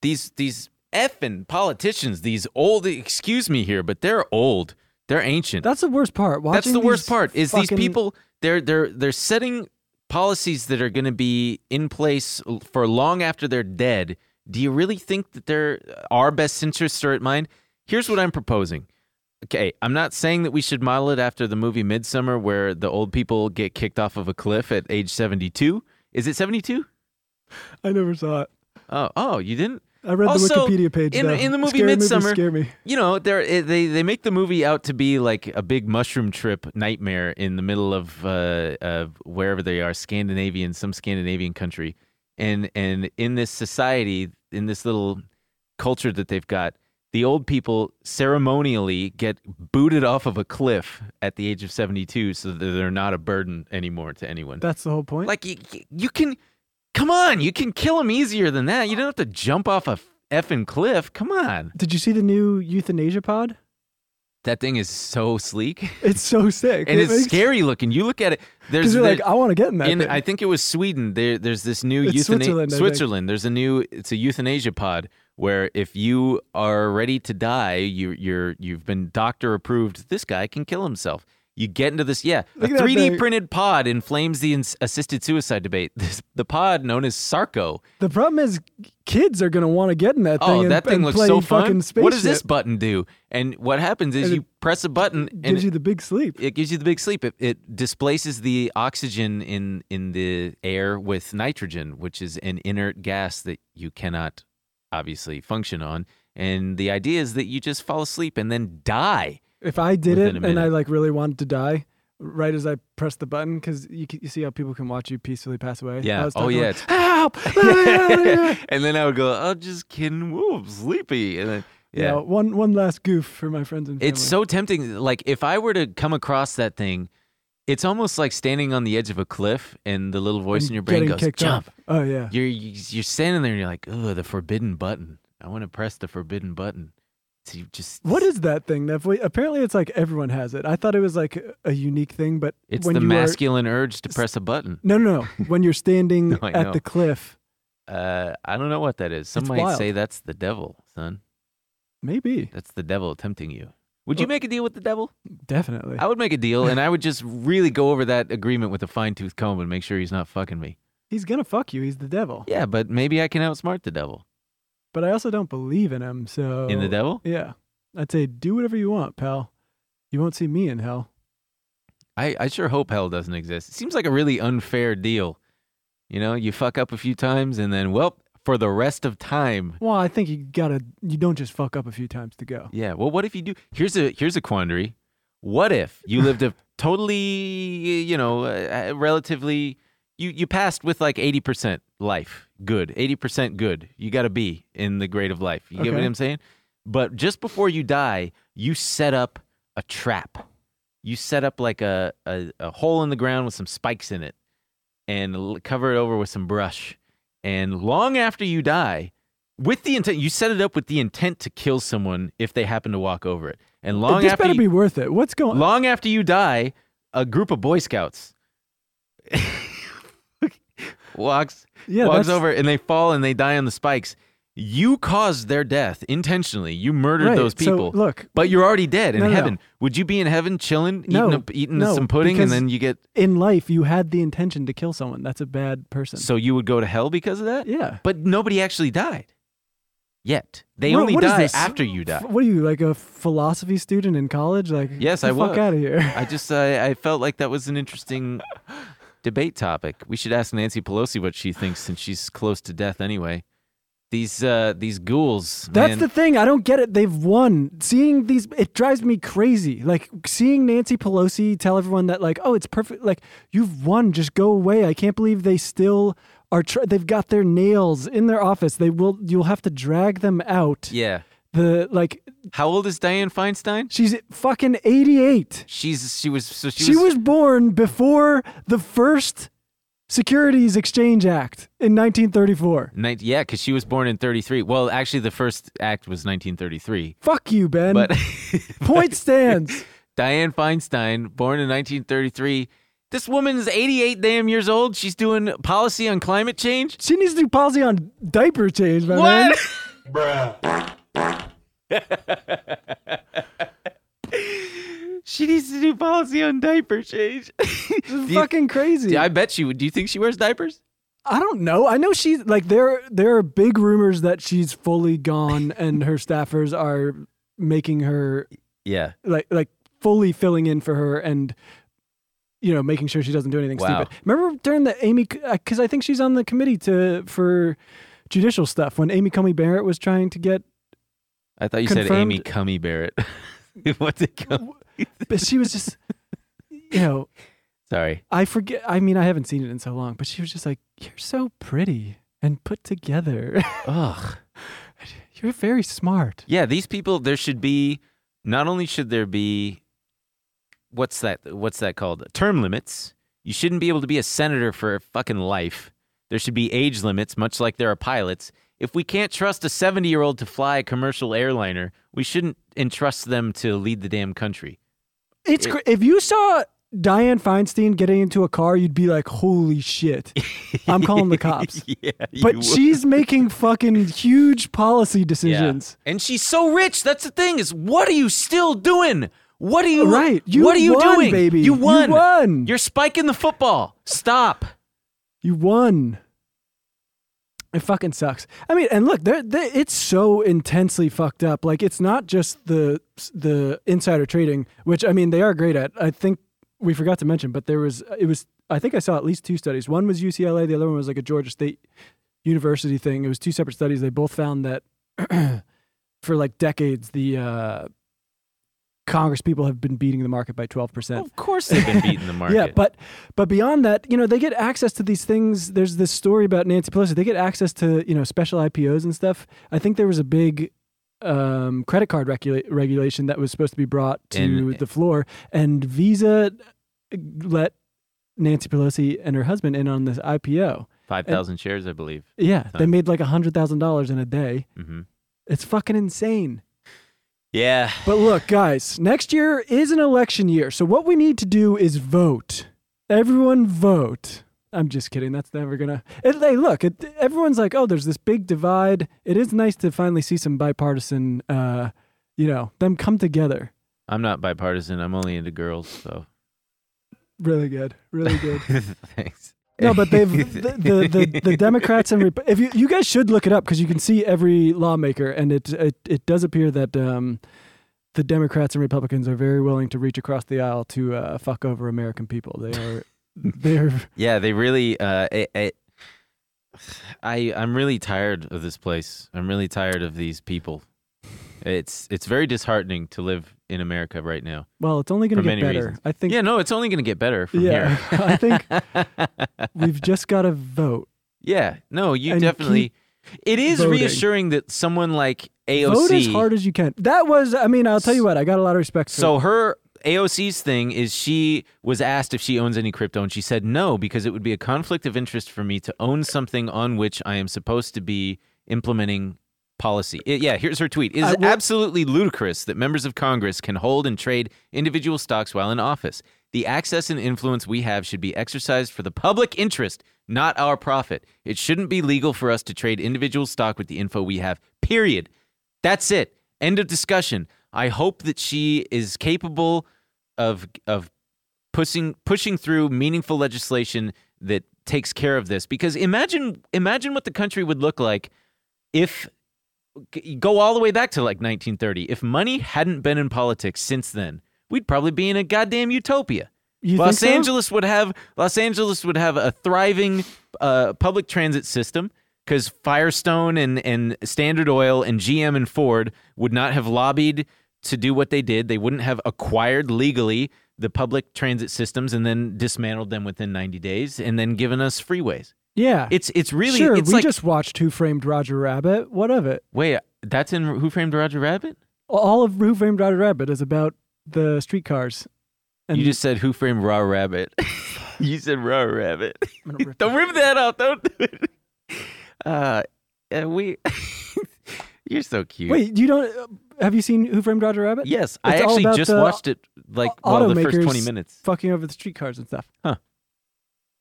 [SPEAKER 1] These these effing politicians, these old. Excuse me here, but they're old. They're ancient.
[SPEAKER 2] That's the worst part.
[SPEAKER 1] That's
[SPEAKER 2] Watching
[SPEAKER 1] the worst
[SPEAKER 2] these
[SPEAKER 1] part. Is these
[SPEAKER 2] fucking-
[SPEAKER 1] people they're they're they're setting policies that are going to be in place l- for long after they're dead. Do you really think that their our best interests are at mind? Here's what I'm proposing. Okay, I'm not saying that we should model it after the movie Midsummer, where the old people get kicked off of a cliff at age 72. Is it 72?
[SPEAKER 2] I never saw it.
[SPEAKER 1] Oh, oh, you didn't.
[SPEAKER 2] I read
[SPEAKER 1] Also,
[SPEAKER 2] the Wikipedia page.
[SPEAKER 1] in,
[SPEAKER 2] though.
[SPEAKER 1] in the movie
[SPEAKER 2] Scary movies
[SPEAKER 1] Midsummer.
[SPEAKER 2] Scare me.
[SPEAKER 1] You know, they they they make the movie out to be like a big mushroom trip nightmare in the middle of uh, uh, wherever they are, Scandinavian, some Scandinavian country, and and in this society, in this little culture that they've got, the old people ceremonially get booted off of a cliff at the age of seventy-two, so that they're not a burden anymore to anyone.
[SPEAKER 2] That's the whole point.
[SPEAKER 1] Like you, you can, come on, you can kill them easier than that. You don't have to jump off a effing cliff. Come on,
[SPEAKER 2] Did you see the new euthanasia pod?
[SPEAKER 1] that thing is so sleek
[SPEAKER 2] It's so sick.
[SPEAKER 1] and
[SPEAKER 2] It
[SPEAKER 1] it's
[SPEAKER 2] makes-
[SPEAKER 1] scary looking. You look at it. There's
[SPEAKER 2] Because you're like,
[SPEAKER 1] there-
[SPEAKER 2] I want to get in that.
[SPEAKER 1] in,
[SPEAKER 2] thing.
[SPEAKER 1] I think it was Sweden. There, there's this new
[SPEAKER 2] It's
[SPEAKER 1] euthanasia.
[SPEAKER 2] Switzerland, I think.
[SPEAKER 1] There's a new. It's a euthanasia pod where if you are ready to die, you you're you've been doctor approved. This guy can kill himself. You get into this, yeah.
[SPEAKER 2] Look at
[SPEAKER 1] a
[SPEAKER 2] that
[SPEAKER 1] 3D
[SPEAKER 2] thing.
[SPEAKER 1] printed pod inflames the ins- assisted suicide debate. This, the pod known as Sarco.
[SPEAKER 2] the problem is, kids are gonna want to get in that thing.
[SPEAKER 1] Oh,
[SPEAKER 2] and,
[SPEAKER 1] that thing
[SPEAKER 2] and
[SPEAKER 1] looks
[SPEAKER 2] play
[SPEAKER 1] so
[SPEAKER 2] fucking
[SPEAKER 1] fun.
[SPEAKER 2] Spaceship.
[SPEAKER 1] What does this button do? And what happens is
[SPEAKER 2] And it
[SPEAKER 1] you press a button and
[SPEAKER 2] Gives you the big sleep.
[SPEAKER 1] it gives you the big sleep. It, it displaces the oxygen in in the air with nitrogen, which is an inert gas that you cannot obviously function on. And the idea is that you just fall asleep and then die.
[SPEAKER 2] If I did
[SPEAKER 1] within a
[SPEAKER 2] it and I
[SPEAKER 1] minute.
[SPEAKER 2] like really wanted to die, right as I pressed the button, because you, c- you see how people can watch you peacefully pass away. I
[SPEAKER 1] Yeah.
[SPEAKER 2] was
[SPEAKER 1] Oh
[SPEAKER 2] talking
[SPEAKER 1] yeah.
[SPEAKER 2] like,
[SPEAKER 1] it's-
[SPEAKER 2] Help!
[SPEAKER 1] and then I would go, "Oh, just kidding. Whoa, I'm sleepy." And then
[SPEAKER 2] You
[SPEAKER 1] yeah.
[SPEAKER 2] know, one one last goof for my friends and family.
[SPEAKER 1] It's so tempting. Like if I were to come across that thing, it's almost like standing on the edge of a cliff, and the little voice
[SPEAKER 2] And
[SPEAKER 1] in your brain
[SPEAKER 2] getting
[SPEAKER 1] goes,
[SPEAKER 2] kicked
[SPEAKER 1] "Jump."
[SPEAKER 2] off. Oh yeah.
[SPEAKER 1] you're you're standing there and you're like, oh, the forbidden button. I want to press the forbidden button. So you just
[SPEAKER 2] What is that thing? That we, apparently it's like everyone has it. I thought it was like a unique thing, but
[SPEAKER 1] It's
[SPEAKER 2] when
[SPEAKER 1] the
[SPEAKER 2] you Are,
[SPEAKER 1] masculine urge to press a button.
[SPEAKER 2] no, no, no. When you're standing
[SPEAKER 1] No, I
[SPEAKER 2] at
[SPEAKER 1] know.
[SPEAKER 2] the cliff,
[SPEAKER 1] Uh, I don't know what that is. Some
[SPEAKER 2] It's
[SPEAKER 1] might
[SPEAKER 2] wild.
[SPEAKER 1] say that's the devil, son.
[SPEAKER 2] maybe
[SPEAKER 1] That's the devil tempting you. Would you make a deal with the devil?
[SPEAKER 2] definitely.
[SPEAKER 1] I would make a deal, and I would just really go over that agreement with a fine tooth comb and make sure he's not fucking me.
[SPEAKER 2] He's gonna fuck you. He's the devil.
[SPEAKER 1] Yeah, but maybe I can outsmart the devil.
[SPEAKER 2] But I also don't believe in him. So
[SPEAKER 1] In the devil?
[SPEAKER 2] Yeah. I'd say do whatever you want, pal. You won't see me in hell.
[SPEAKER 1] I, I sure hope hell doesn't exist. It seems like a really unfair deal. You know, you fuck up a few times, and then, well, for the rest of time,
[SPEAKER 2] Well, I think you gotta. You don't just fuck up a few times to go.
[SPEAKER 1] Yeah. Well, what if you do? Here's a here's a quandary. What if you lived a totally, you know, uh, relatively, you you passed with like eighty percent life, good, eighty percent good. You got to be in the grade of life. You get what
[SPEAKER 2] Okay.
[SPEAKER 1] I'm saying? But just before you die, you set up a trap. You set up like a a, a hole in the ground with some spikes in it, and l- cover it over with some brush. And long after you die, with the intent, you set it up with the intent to kill someone if they happen to walk over it. And long
[SPEAKER 2] this
[SPEAKER 1] after
[SPEAKER 2] better
[SPEAKER 1] you,
[SPEAKER 2] be worth it. What's going?
[SPEAKER 1] long after you die, a group of Boy Scouts walks
[SPEAKER 2] Yeah,
[SPEAKER 1] walks
[SPEAKER 2] that's-
[SPEAKER 1] over and they fall and they die on the spikes. You caused their death intentionally. You murdered
[SPEAKER 2] Right,
[SPEAKER 1] those
[SPEAKER 2] so,
[SPEAKER 1] people.
[SPEAKER 2] look.
[SPEAKER 1] but you're already dead in
[SPEAKER 2] No, no, no.
[SPEAKER 1] heaven. Would you be in heaven chilling,
[SPEAKER 2] No,
[SPEAKER 1] eating, a, eating
[SPEAKER 2] no,
[SPEAKER 1] some pudding, and
[SPEAKER 2] because-
[SPEAKER 1] then you get
[SPEAKER 2] In life, you had the intention to kill someone. That's a bad person.
[SPEAKER 1] so you would go to hell because of that?
[SPEAKER 2] yeah.
[SPEAKER 1] But nobody actually died. Yet. They
[SPEAKER 2] What-
[SPEAKER 1] only
[SPEAKER 2] what is
[SPEAKER 1] die
[SPEAKER 2] this?
[SPEAKER 1] after you die.
[SPEAKER 2] F- What are you like a philosophy student in college? Like
[SPEAKER 1] Yes,
[SPEAKER 2] get
[SPEAKER 1] I
[SPEAKER 2] the fuck
[SPEAKER 1] was.
[SPEAKER 2] out of here.
[SPEAKER 1] I just I, I felt like that was an interesting debate topic. We should ask Nancy Pelosi what she thinks since she's close to death anyway. These uh these ghouls.
[SPEAKER 2] That's
[SPEAKER 1] man.
[SPEAKER 2] the thing. I don't get it. They've won. Seeing these, it drives me crazy. Like seeing Nancy Pelosi tell everyone that, like, oh, it's perfect. Like you've won. Just go away. I can't believe they still are. Tr- they've got their nails in their office. They will. You'll have to drag them out.
[SPEAKER 1] Yeah.
[SPEAKER 2] The like,
[SPEAKER 1] How old is Diane Feinstein?
[SPEAKER 2] she's fucking eighty-eight.
[SPEAKER 1] She's she was so she,
[SPEAKER 2] She was born before the first Securities Exchange Act in 1934.
[SPEAKER 1] Nin- yeah, because she was born in 33. Well, actually, the first act was 1933.
[SPEAKER 2] Fuck you, Ben.
[SPEAKER 1] But
[SPEAKER 2] Point stands.
[SPEAKER 1] Diane Feinstein, born in 1933. This woman's 88 damn years old. She's doing policy on climate change.
[SPEAKER 2] She needs to do policy on diaper change, my man.
[SPEAKER 1] What? she needs to do policy on diaper change.
[SPEAKER 2] This
[SPEAKER 1] Do
[SPEAKER 2] is
[SPEAKER 1] you-
[SPEAKER 2] fucking crazy.
[SPEAKER 1] I bet she would. Do you think she wears diapers?
[SPEAKER 2] I don't know. I know she's like there. There are big rumors that she's fully gone, and her staffers are making her
[SPEAKER 1] Yeah.
[SPEAKER 2] like like fully filling in for her, and you know making sure she doesn't do anything
[SPEAKER 1] Wow.
[SPEAKER 2] stupid. Remember during the Amy because I think she's on the committee to for judicial stuff when Amy Comey Barrett was trying to get,
[SPEAKER 1] I thought you said
[SPEAKER 2] Confirmed-
[SPEAKER 1] Amy Cummy Barrett. What's it cum?
[SPEAKER 2] but she was just you know
[SPEAKER 1] Sorry.
[SPEAKER 2] I forget. I mean I haven't seen it in so long, but she was just like you're so pretty and put together.
[SPEAKER 1] Ugh.
[SPEAKER 2] you're very smart.
[SPEAKER 1] Yeah, these people. There should be. Not only should there be. What's that? What's that called? Term limits. You shouldn't be able to be a senator for fucking life. There should be age limits, much like there are pilots. If we can't trust a 70 year old to fly a commercial airliner, we shouldn't entrust them to lead the damn country.
[SPEAKER 2] It's cra if you saw Diane Feinstein getting into a car, you'd be like, "Holy shit!" I'm calling the cops.
[SPEAKER 1] Yeah,
[SPEAKER 2] But she's making fucking huge policy decisions.
[SPEAKER 1] And she's so rich. That's the thing is, what are you still doing? What are you
[SPEAKER 2] Right. You
[SPEAKER 1] what are you
[SPEAKER 2] won,
[SPEAKER 1] doing,
[SPEAKER 2] baby.
[SPEAKER 1] You
[SPEAKER 2] You
[SPEAKER 1] won.
[SPEAKER 2] won.
[SPEAKER 1] You're spiking the football. Stop.
[SPEAKER 2] You won. It fucking sucks. I mean, and look, they're, they it's so intensely fucked up. Like, it's not just the the insider trading, which I mean, they are great at. I think we forgot to mention, but there was it was I think I saw at least two studies. One was UCLA, the other one was like a Georgia State University thing. It was two separate studies. They both found that for like decades, the uh, Congress people have been beating the market by twelve percent.
[SPEAKER 1] Of course they've been beating the market.
[SPEAKER 2] Yeah, but but beyond that, you know, they get access to these things. There's this story about Nancy Pelosi. They get access to you know special IPOs and stuff. I think there was a big um, credit card regula- regulation that was supposed to be brought to
[SPEAKER 1] And-
[SPEAKER 2] the floor, and Visa uh, let Nancy Pelosi and her husband in on this IPO.
[SPEAKER 1] five thousand shares, I believe.
[SPEAKER 2] Yeah, they
[SPEAKER 1] Nice.
[SPEAKER 2] made like a hundred thousand dollars in a day.
[SPEAKER 1] hmm
[SPEAKER 2] It's fucking insane.
[SPEAKER 1] Yeah.
[SPEAKER 2] But look, guys, next year is an election year. So what we need to do is vote. Everyone vote. I'm just kidding. That's never gonna. It, hey, look, it, everyone's like, "Oh, there's this big divide." It is nice to finally see some bipartisan, uh, you know, them come together.
[SPEAKER 1] I'm not bipartisan. I'm only into girls, so
[SPEAKER 2] Really good, really good.
[SPEAKER 1] thanks.
[SPEAKER 2] No, but they've the the, the, the Democrats and Rep- if you you guys should look it up because you can see every lawmaker, and it it, it does appear that um, the Democrats and Republicans are very willing to reach across the aisle to uh, fuck over American people. They are they're
[SPEAKER 1] Yeah, they really. Uh, it, it, I I'm really tired of this place. I'm really tired of these people. It's it's very disheartening to live in America right now.
[SPEAKER 2] well, it's only going
[SPEAKER 1] For
[SPEAKER 2] to
[SPEAKER 1] many
[SPEAKER 2] get better.
[SPEAKER 1] reasons.
[SPEAKER 2] I think.
[SPEAKER 1] yeah, no, it's only going to get better from
[SPEAKER 2] yeah,
[SPEAKER 1] here.
[SPEAKER 2] I think we've just got to vote.
[SPEAKER 1] Yeah, no, you
[SPEAKER 2] And
[SPEAKER 1] definitely. It is
[SPEAKER 2] voting.
[SPEAKER 1] reassuring that someone like AOC.
[SPEAKER 2] Vote as hard as you can. That was, I mean, I'll tell you what, I got a lot of respect. for
[SPEAKER 1] so her AOC's thing is she was asked if she owns any crypto, and she said no because it would be a conflict of interest for me to own something on which I am supposed to be implementing policy. I- yeah, here's her tweet: "It is
[SPEAKER 2] I will-
[SPEAKER 1] absolutely ludicrous that members of Congress can hold and trade individual stocks while in office. The access and influence we have should be exercised for the public interest, not our profit. It shouldn't be legal for us to trade individual stock with the info we have. Period. That's it. End of discussion. I hope that she is capable of of pushing pushing through meaningful legislation that takes care of this because imagine imagine what the country would look like if go all the way back to like 1930 if money hadn't been in politics since then we'd probably be in a goddamn utopia
[SPEAKER 2] You think
[SPEAKER 1] Los
[SPEAKER 2] so?
[SPEAKER 1] Angeles would have Los Angeles would have a thriving uh, public transit system because Firestone and and Standard Oil and GM and Ford would not have lobbied to do what they did. They wouldn't have acquired legally the public transit systems and then dismantled them within 90 days and then given us freeways.
[SPEAKER 2] yeah,
[SPEAKER 1] It's it's really
[SPEAKER 2] sure.
[SPEAKER 1] it's
[SPEAKER 2] we
[SPEAKER 1] like
[SPEAKER 2] just watched Who Framed Roger Rabbit. What of it?
[SPEAKER 1] wait that's in Who Framed Roger Rabbit.
[SPEAKER 2] all of Who Framed Roger Rabbit is about the streetcars. And
[SPEAKER 1] you just said Who Framed Raw Rabbit. you said Rubber Rabbit.
[SPEAKER 2] I'm gonna rip
[SPEAKER 1] don't rip that out. Don't do it. Uh, and we. you're so cute.
[SPEAKER 2] Wait, you don't? uh, Have you seen Who Framed Roger Rabbit?
[SPEAKER 1] Yes, I
[SPEAKER 2] It's all
[SPEAKER 1] actually
[SPEAKER 2] about
[SPEAKER 1] just
[SPEAKER 2] the
[SPEAKER 1] watched it like
[SPEAKER 2] au-
[SPEAKER 1] well, the first
[SPEAKER 2] automakers
[SPEAKER 1] 20 minutes.
[SPEAKER 2] fucking over the streetcars and stuff.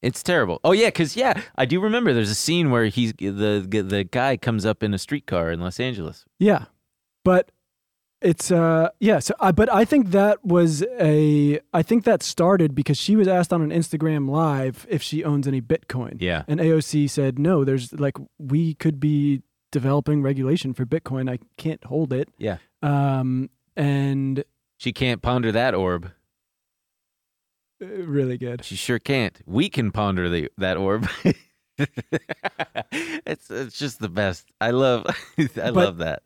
[SPEAKER 1] It's terrible. Oh yeah, cuz yeah, I do remember there's a scene where he's the the guy comes up in a streetcar in Los Angeles.
[SPEAKER 2] Yeah, but it's uh yeah. So I but I think that was a I think that started because she was asked on an Instagram live if she owns any Bitcoin.
[SPEAKER 1] Yeah.
[SPEAKER 2] and AOC said no. There's like we could be developing regulation for Bitcoin. I can't hold it.
[SPEAKER 1] Yeah.
[SPEAKER 2] Um and
[SPEAKER 1] She can't ponder that orb.
[SPEAKER 2] uh, really good.
[SPEAKER 1] She sure can't. We can ponder the that orb. it's it's just the best. I love I love that.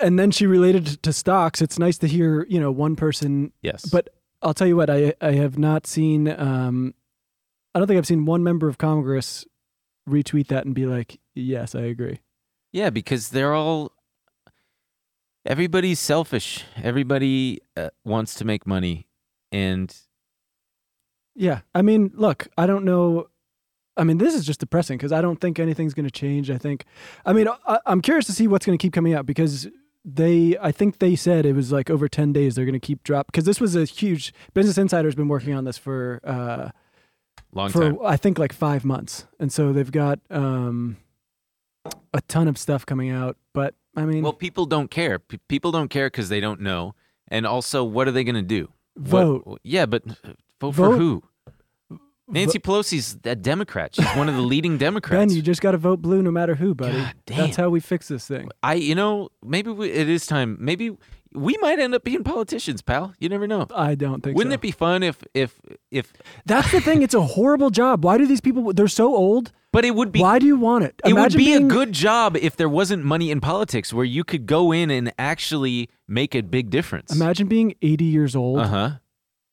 [SPEAKER 2] And then she related it to stocks. It's nice to hear you know one person
[SPEAKER 1] Yes.
[SPEAKER 2] But I'll tell you what, I I have not seen. Um, I don't think I've seen one member of Congress retweet that and be like, "Yes, I agree."
[SPEAKER 1] Yeah, because they're all everybody's selfish. Everybody uh, wants to make money, and
[SPEAKER 2] Yeah, I mean, look, I don't know. I mean, this is just depressing because I don't think anything's going to change. I think, I mean, I, I'm curious to see what's going to keep coming out because they, I think they said it was like over 10 days they're going to keep drop because this was a huge Business Insider's been working on this for uh,
[SPEAKER 1] long
[SPEAKER 2] for
[SPEAKER 1] time.
[SPEAKER 2] I think like five months, and so they've got um, a ton of stuff coming out. But I mean,
[SPEAKER 1] Well, people don't care. P- people don't care because they don't know. And also, what are they going to do? What-
[SPEAKER 2] vote.
[SPEAKER 1] yeah, but vote, for
[SPEAKER 2] Vote.
[SPEAKER 1] who? Nancy Pelosi's a Democrat. She's one of the leading
[SPEAKER 2] Ben,
[SPEAKER 1] Democrats.
[SPEAKER 2] you just got to vote blue no matter who, buddy.
[SPEAKER 1] God damn.
[SPEAKER 2] That's how we fix this thing.
[SPEAKER 1] I, you know, maybe we, it is time. Maybe we might end up being politicians, pal. You never know.
[SPEAKER 2] I don't think.
[SPEAKER 1] Wouldn't
[SPEAKER 2] so.
[SPEAKER 1] it be fun if, if, if?
[SPEAKER 2] That's the thing. It's a horrible job. Why do these people? They're so old.
[SPEAKER 1] But it would be.
[SPEAKER 2] Why do you want it?
[SPEAKER 1] it would
[SPEAKER 2] Imagine
[SPEAKER 1] be a
[SPEAKER 2] being-
[SPEAKER 1] good job if there wasn't money in politics, where you could go in and actually make a big difference.
[SPEAKER 2] Imagine being 80 years old
[SPEAKER 1] Uh huh.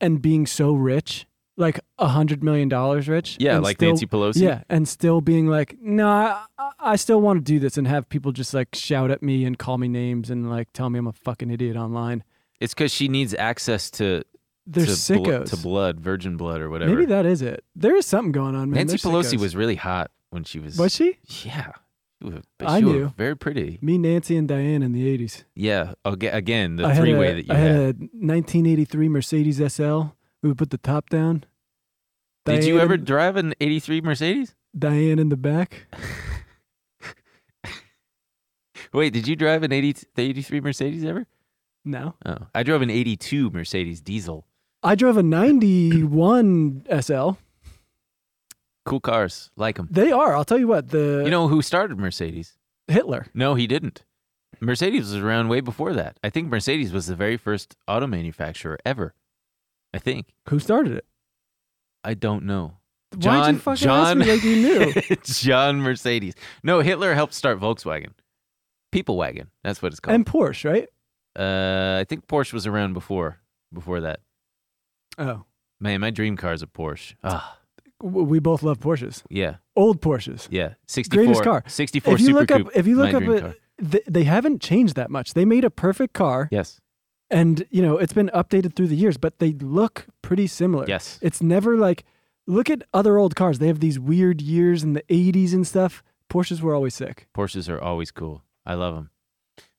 [SPEAKER 2] and being so rich, like a hundred million dollars rich.
[SPEAKER 1] Yeah,
[SPEAKER 2] and
[SPEAKER 1] like
[SPEAKER 2] still-
[SPEAKER 1] Nancy Pelosi.
[SPEAKER 2] Yeah, and still being like, no, I, I- I still want to do this, and have people just like shout at me and call me names and like tell me I'm a fucking idiot online.
[SPEAKER 1] It's because she needs access to
[SPEAKER 2] They're
[SPEAKER 1] to, blo-
[SPEAKER 2] sickos.
[SPEAKER 1] to blood, virgin blood, or whatever.
[SPEAKER 2] Maybe that is it. There is something going on, man.
[SPEAKER 1] Nancy
[SPEAKER 2] They're
[SPEAKER 1] Pelosi
[SPEAKER 2] sickos.
[SPEAKER 1] was really hot when she was.
[SPEAKER 2] Was she?
[SPEAKER 1] Yeah. She was, but
[SPEAKER 2] I
[SPEAKER 1] she was
[SPEAKER 2] knew.
[SPEAKER 1] very pretty.
[SPEAKER 2] Me, Nancy, and Diane in the 80s.
[SPEAKER 1] Yeah. aga- Again, the
[SPEAKER 2] I had, a,
[SPEAKER 1] three-way that you
[SPEAKER 2] I had, a 1983 Mercedes SL. We would put the top down.
[SPEAKER 1] Did you
[SPEAKER 2] Diane
[SPEAKER 1] ever
[SPEAKER 2] in-
[SPEAKER 1] drive an '83 Mercedes?
[SPEAKER 2] Diane in the back.
[SPEAKER 1] Wait, did you drive an 80, the '83 Mercedes ever?
[SPEAKER 2] No,
[SPEAKER 1] Oh, I drove an '82 Mercedes diesel.
[SPEAKER 2] I drove a 91 SL.
[SPEAKER 1] Cool cars, like them.
[SPEAKER 2] They are. I'll tell you what. The
[SPEAKER 1] you know who started Mercedes?
[SPEAKER 2] Hitler.
[SPEAKER 1] No, he didn't. Mercedes was around way before that. I think Mercedes was the very first auto manufacturer ever. I think.
[SPEAKER 2] Who started it?
[SPEAKER 1] I don't know.
[SPEAKER 2] Why'd
[SPEAKER 1] John,
[SPEAKER 2] you fucking
[SPEAKER 1] John,
[SPEAKER 2] ask me like you knew?
[SPEAKER 1] John Mercedes. No, Hitler helped start Volkswagen. People wagon. That's what it's called.
[SPEAKER 2] and Porsche, right?
[SPEAKER 1] uh, I think Porsche was around before before that.
[SPEAKER 2] Oh,
[SPEAKER 1] Man, my dream car is a Porsche. Ah,
[SPEAKER 2] W- we both love Porsches.
[SPEAKER 1] yeah,
[SPEAKER 2] Old Porsches.
[SPEAKER 1] yeah. 64,
[SPEAKER 2] Greatest car.
[SPEAKER 1] 64
[SPEAKER 2] if you
[SPEAKER 1] Super
[SPEAKER 2] look
[SPEAKER 1] Coupe.
[SPEAKER 2] up, if you look
[SPEAKER 1] my
[SPEAKER 2] up,
[SPEAKER 1] dream
[SPEAKER 2] a,
[SPEAKER 1] car.
[SPEAKER 2] th- they haven't changed that much. They made a perfect car,
[SPEAKER 1] Yes,
[SPEAKER 2] and you know it's been updated through the years, but they look pretty similar.
[SPEAKER 1] yes.
[SPEAKER 2] It's never like look at other old cars. They have these weird years in the 80s and stuff. Porsches were always sick.
[SPEAKER 1] Porsches are always cool. I love them.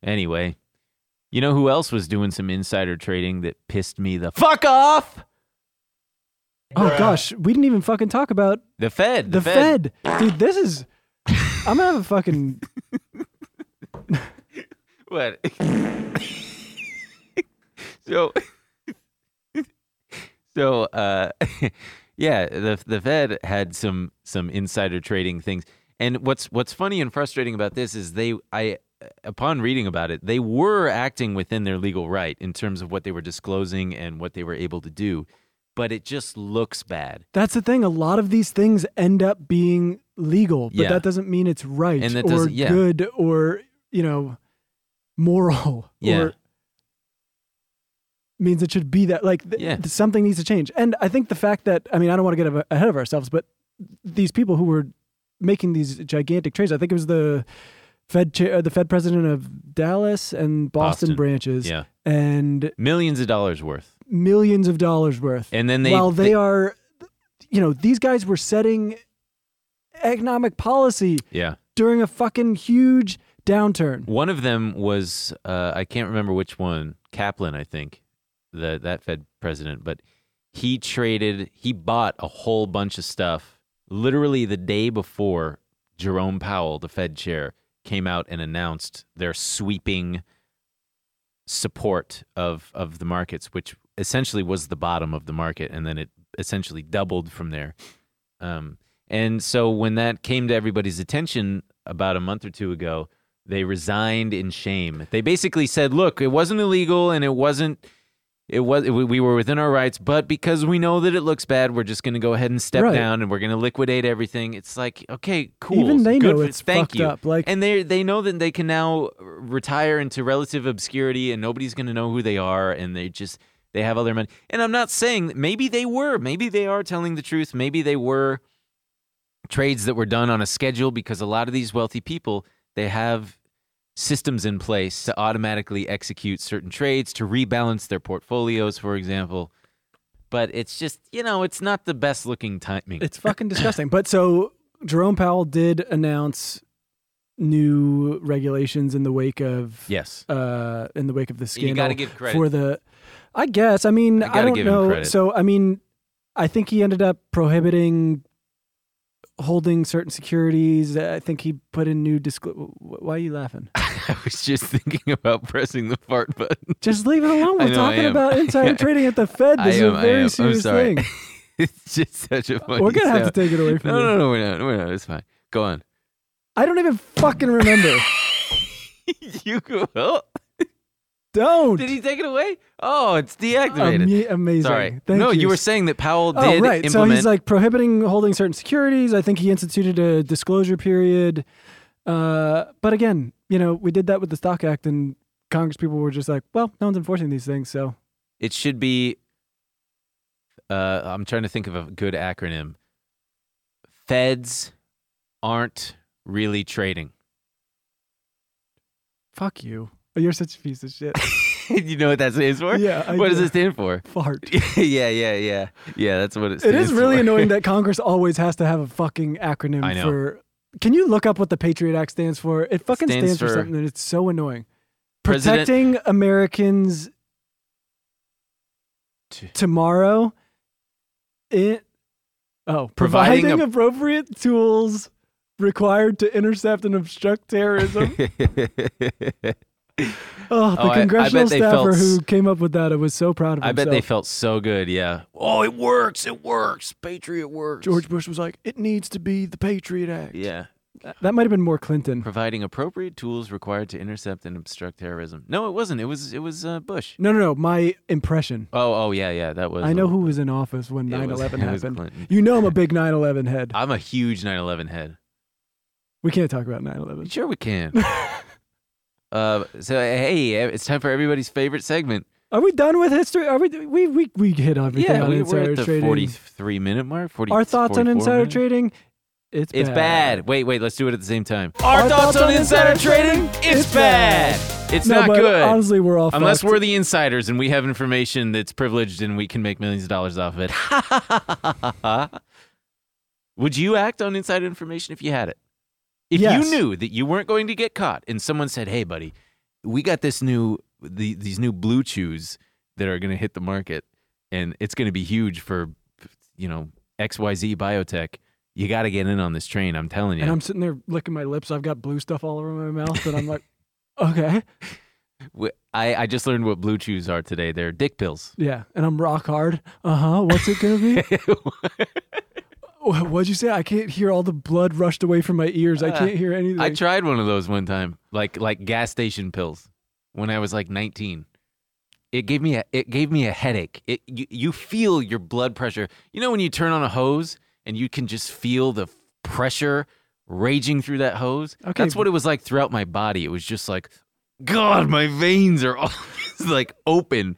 [SPEAKER 1] Anyway, you know who else was doing some insider trading that pissed me the fuck off?
[SPEAKER 2] Oh gosh, we didn't even fucking talk about
[SPEAKER 1] The Fed.
[SPEAKER 2] the Fed. Dude, this is I'm gonna have a fucking
[SPEAKER 1] What? so, so, uh, yeah, the the Fed had some some insider trading things, and what's what's funny and frustrating about this is they I upon reading about it they were acting within their legal right in terms of what they were disclosing and what they were able to do, but it just looks bad.
[SPEAKER 2] that's the thing. A lot of these things end up being legal, but
[SPEAKER 1] Yeah.
[SPEAKER 2] that doesn't mean it's right
[SPEAKER 1] And that
[SPEAKER 2] or
[SPEAKER 1] doesn't- yeah.
[SPEAKER 2] good or you know moral
[SPEAKER 1] Yeah.
[SPEAKER 2] or means it should be that like th-
[SPEAKER 1] Yeah.
[SPEAKER 2] th- something needs to change and i think the fact that i mean i don't want to get a- ahead of ourselves but these people who were making these gigantic trades i think it was the fed chair the fed president of dallas and boston,
[SPEAKER 1] Boston.
[SPEAKER 2] branches
[SPEAKER 1] Yeah,
[SPEAKER 2] and
[SPEAKER 1] millions of dollars worth,
[SPEAKER 2] millions of dollars worth
[SPEAKER 1] and then they
[SPEAKER 2] while they,
[SPEAKER 1] they-
[SPEAKER 2] are you know, these guys were setting economic policy
[SPEAKER 1] Yeah.
[SPEAKER 2] during a fucking huge downturn.
[SPEAKER 1] One of them was uh, I can't remember which one Kaplan I think the that Fed president, but he traded he bought a whole bunch of stuff literally the day before Jerome Powell, the Fed chair, came out and announced their sweeping support of of the markets, which essentially was the bottom of the market, and then it essentially doubled from there. Um, and so when that came to everybody's attention about a month or two ago, they resigned in shame. They basically said, "Look, it wasn't illegal, and it wasn't." It was it, we were within our rights, but because we know that it looks bad, we're just going to go ahead and step
[SPEAKER 2] Right.
[SPEAKER 1] down, and we're going to liquidate everything. It's like okay, cool.
[SPEAKER 2] Even they
[SPEAKER 1] good
[SPEAKER 2] know
[SPEAKER 1] for-
[SPEAKER 2] it's
[SPEAKER 1] thank
[SPEAKER 2] fucked
[SPEAKER 1] you.
[SPEAKER 2] up, like-
[SPEAKER 1] and they they know that they can now retire into relative obscurity, and nobody's going to know who they are, and they just they have all their money. And I'm not saying that maybe they were, maybe they are telling the truth, maybe they were trades that were done on a schedule because a lot of these wealthy people they have systems in place to automatically execute certain trades to rebalance their portfolios for example but it's just you know it's not the best looking timing
[SPEAKER 2] It's fucking disgusting. But so Jerome Powell did announce new regulations in the wake of
[SPEAKER 1] yes
[SPEAKER 2] uh, in the wake of the
[SPEAKER 1] And
[SPEAKER 2] scandal.
[SPEAKER 1] you gotta give credit.
[SPEAKER 2] for the. I guess. I mean,
[SPEAKER 1] You
[SPEAKER 2] I
[SPEAKER 1] gotta
[SPEAKER 2] don't
[SPEAKER 1] give him
[SPEAKER 2] know.
[SPEAKER 1] credit.
[SPEAKER 2] So I mean, I think he ended up prohibiting holding certain securities. I think he put in new disclosure. Why are you laughing?
[SPEAKER 1] i was just thinking about pressing the fart button
[SPEAKER 2] Just leave it alone.
[SPEAKER 1] I
[SPEAKER 2] We're
[SPEAKER 1] know I
[SPEAKER 2] talking
[SPEAKER 1] am.
[SPEAKER 2] about insider trading at the Fed. This
[SPEAKER 1] I
[SPEAKER 2] is
[SPEAKER 1] am,
[SPEAKER 2] a
[SPEAKER 1] I
[SPEAKER 2] very
[SPEAKER 1] am. I'm
[SPEAKER 2] serious
[SPEAKER 1] sorry.
[SPEAKER 2] thing.
[SPEAKER 1] it's just such a funny
[SPEAKER 2] We're gonna have
[SPEAKER 1] sound.
[SPEAKER 2] to take it away from
[SPEAKER 1] no
[SPEAKER 2] you.
[SPEAKER 1] no no we're not we're not it's fine go on
[SPEAKER 2] I don't even fucking remember.
[SPEAKER 1] you go oh,
[SPEAKER 2] don't.
[SPEAKER 1] did he take it away oh it's deactivated
[SPEAKER 2] Ama- amazing.
[SPEAKER 1] Sorry.
[SPEAKER 2] Thank
[SPEAKER 1] no, you.
[SPEAKER 2] you.
[SPEAKER 1] were saying that Powell
[SPEAKER 2] Oh
[SPEAKER 1] did
[SPEAKER 2] right, so
[SPEAKER 1] implement.
[SPEAKER 2] he's like prohibiting holding certain securities. I think he instituted a disclosure period. Uh, but again, you know, we did that with the Stock Act, and Congress people were just like, "Well, no one's enforcing these things." So
[SPEAKER 1] it should be. Uh, I'm trying to think of a good acronym. Feds aren't really trading.
[SPEAKER 2] fuck you. You're such a piece of shit.
[SPEAKER 1] you know what that stands for?
[SPEAKER 2] Yeah, I
[SPEAKER 1] what does
[SPEAKER 2] do.
[SPEAKER 1] it stand for?
[SPEAKER 2] Fart.
[SPEAKER 1] yeah, yeah, yeah, yeah. That's what it.
[SPEAKER 2] It
[SPEAKER 1] Stands
[SPEAKER 2] is really
[SPEAKER 1] for.
[SPEAKER 2] annoying that Congress always has to have a fucking acronym
[SPEAKER 1] I know.
[SPEAKER 2] for. Can you look up what the Patriot Act stands for? It fucking
[SPEAKER 1] Stands
[SPEAKER 2] stands, for,
[SPEAKER 1] for-
[SPEAKER 2] something, and it's so annoying.
[SPEAKER 1] President-
[SPEAKER 2] Protecting Americans
[SPEAKER 1] T-
[SPEAKER 2] tomorrow. It oh,
[SPEAKER 1] Providing
[SPEAKER 2] providing,
[SPEAKER 1] a-
[SPEAKER 2] appropriate tools required to intercept and obstruct terrorism. oh, the
[SPEAKER 1] Oh, I- I
[SPEAKER 2] congressional
[SPEAKER 1] bet they
[SPEAKER 2] staffer
[SPEAKER 1] felt s-
[SPEAKER 2] who came up with that, I was so proud of
[SPEAKER 1] I bet
[SPEAKER 2] himself.
[SPEAKER 1] they felt so good. Yeah. Oh, it works. It works. Patriot works.
[SPEAKER 2] George Bush was like, "It needs to be the Patriot Act."
[SPEAKER 1] Yeah.
[SPEAKER 2] That might have been more Clinton.
[SPEAKER 1] Providing appropriate tools required to intercept and obstruct terrorism. No, it wasn't. It was. It was uh, Bush.
[SPEAKER 2] No, no, no. My impression.
[SPEAKER 1] Oh, oh yeah, yeah. That was.
[SPEAKER 2] I know
[SPEAKER 1] a-
[SPEAKER 2] who was in office when
[SPEAKER 1] It
[SPEAKER 2] 9
[SPEAKER 1] was-
[SPEAKER 2] 11
[SPEAKER 1] it was
[SPEAKER 2] happened.
[SPEAKER 1] Clinton.
[SPEAKER 2] You know I'm a big 9 11 head.
[SPEAKER 1] I'm a huge 9/11 head.
[SPEAKER 2] We can't talk about 9 11.
[SPEAKER 1] Sure, we can. uh, so hey, uh, it's time for everybody's favorite segment.
[SPEAKER 2] Are we done with history? Are we we we, we hit everything
[SPEAKER 1] yeah,
[SPEAKER 2] on
[SPEAKER 1] we,
[SPEAKER 2] insider
[SPEAKER 1] are at the
[SPEAKER 2] trading?
[SPEAKER 1] 43 minute mark. 40,
[SPEAKER 2] Our thoughts on
[SPEAKER 1] 44
[SPEAKER 2] insider
[SPEAKER 1] minute?
[SPEAKER 2] trading? It's bad.
[SPEAKER 1] It's bad. Wait, wait. Let's do it at the same time.
[SPEAKER 2] Our thoughts on insider trading? It's bad.
[SPEAKER 1] It's
[SPEAKER 2] No,
[SPEAKER 1] not
[SPEAKER 2] but
[SPEAKER 1] good.
[SPEAKER 2] honestly, we're all
[SPEAKER 1] Unless
[SPEAKER 2] fucked.
[SPEAKER 1] we're the insiders and we have information that's privileged and we can make millions of dollars off of it. Would you act on insider information if you had it? If
[SPEAKER 2] Yes.
[SPEAKER 1] you knew that you weren't going to get caught and someone said, "Hey buddy, we got this new the, these new blue chews that are going to hit the market and it's going to be huge for you know XYZ biotech. You got to get in on this train, I'm telling you."
[SPEAKER 2] And I'm sitting there licking my lips. I've got blue stuff all over my mouth, and I'm like, okay,
[SPEAKER 1] Wh- I, I just learned what blue chews are today. They're dick pills.
[SPEAKER 2] yeah. And I'm rock hard. Uh huh. What's it gonna be? Wha- What'd you say? I can't hear all the blood rushed away from my ears. I
[SPEAKER 1] Uh,
[SPEAKER 2] can't hear anything.
[SPEAKER 1] I tried one of those one time, like like gas station pills, when I was like 19. It gave me a it gave me a headache. It you, you feel your blood pressure. You know when you turn on a hose and you can just feel the pressure raging through that hose.
[SPEAKER 2] Okay.
[SPEAKER 1] that's what it was like throughout my body. It was just like, God, my veins are all like open,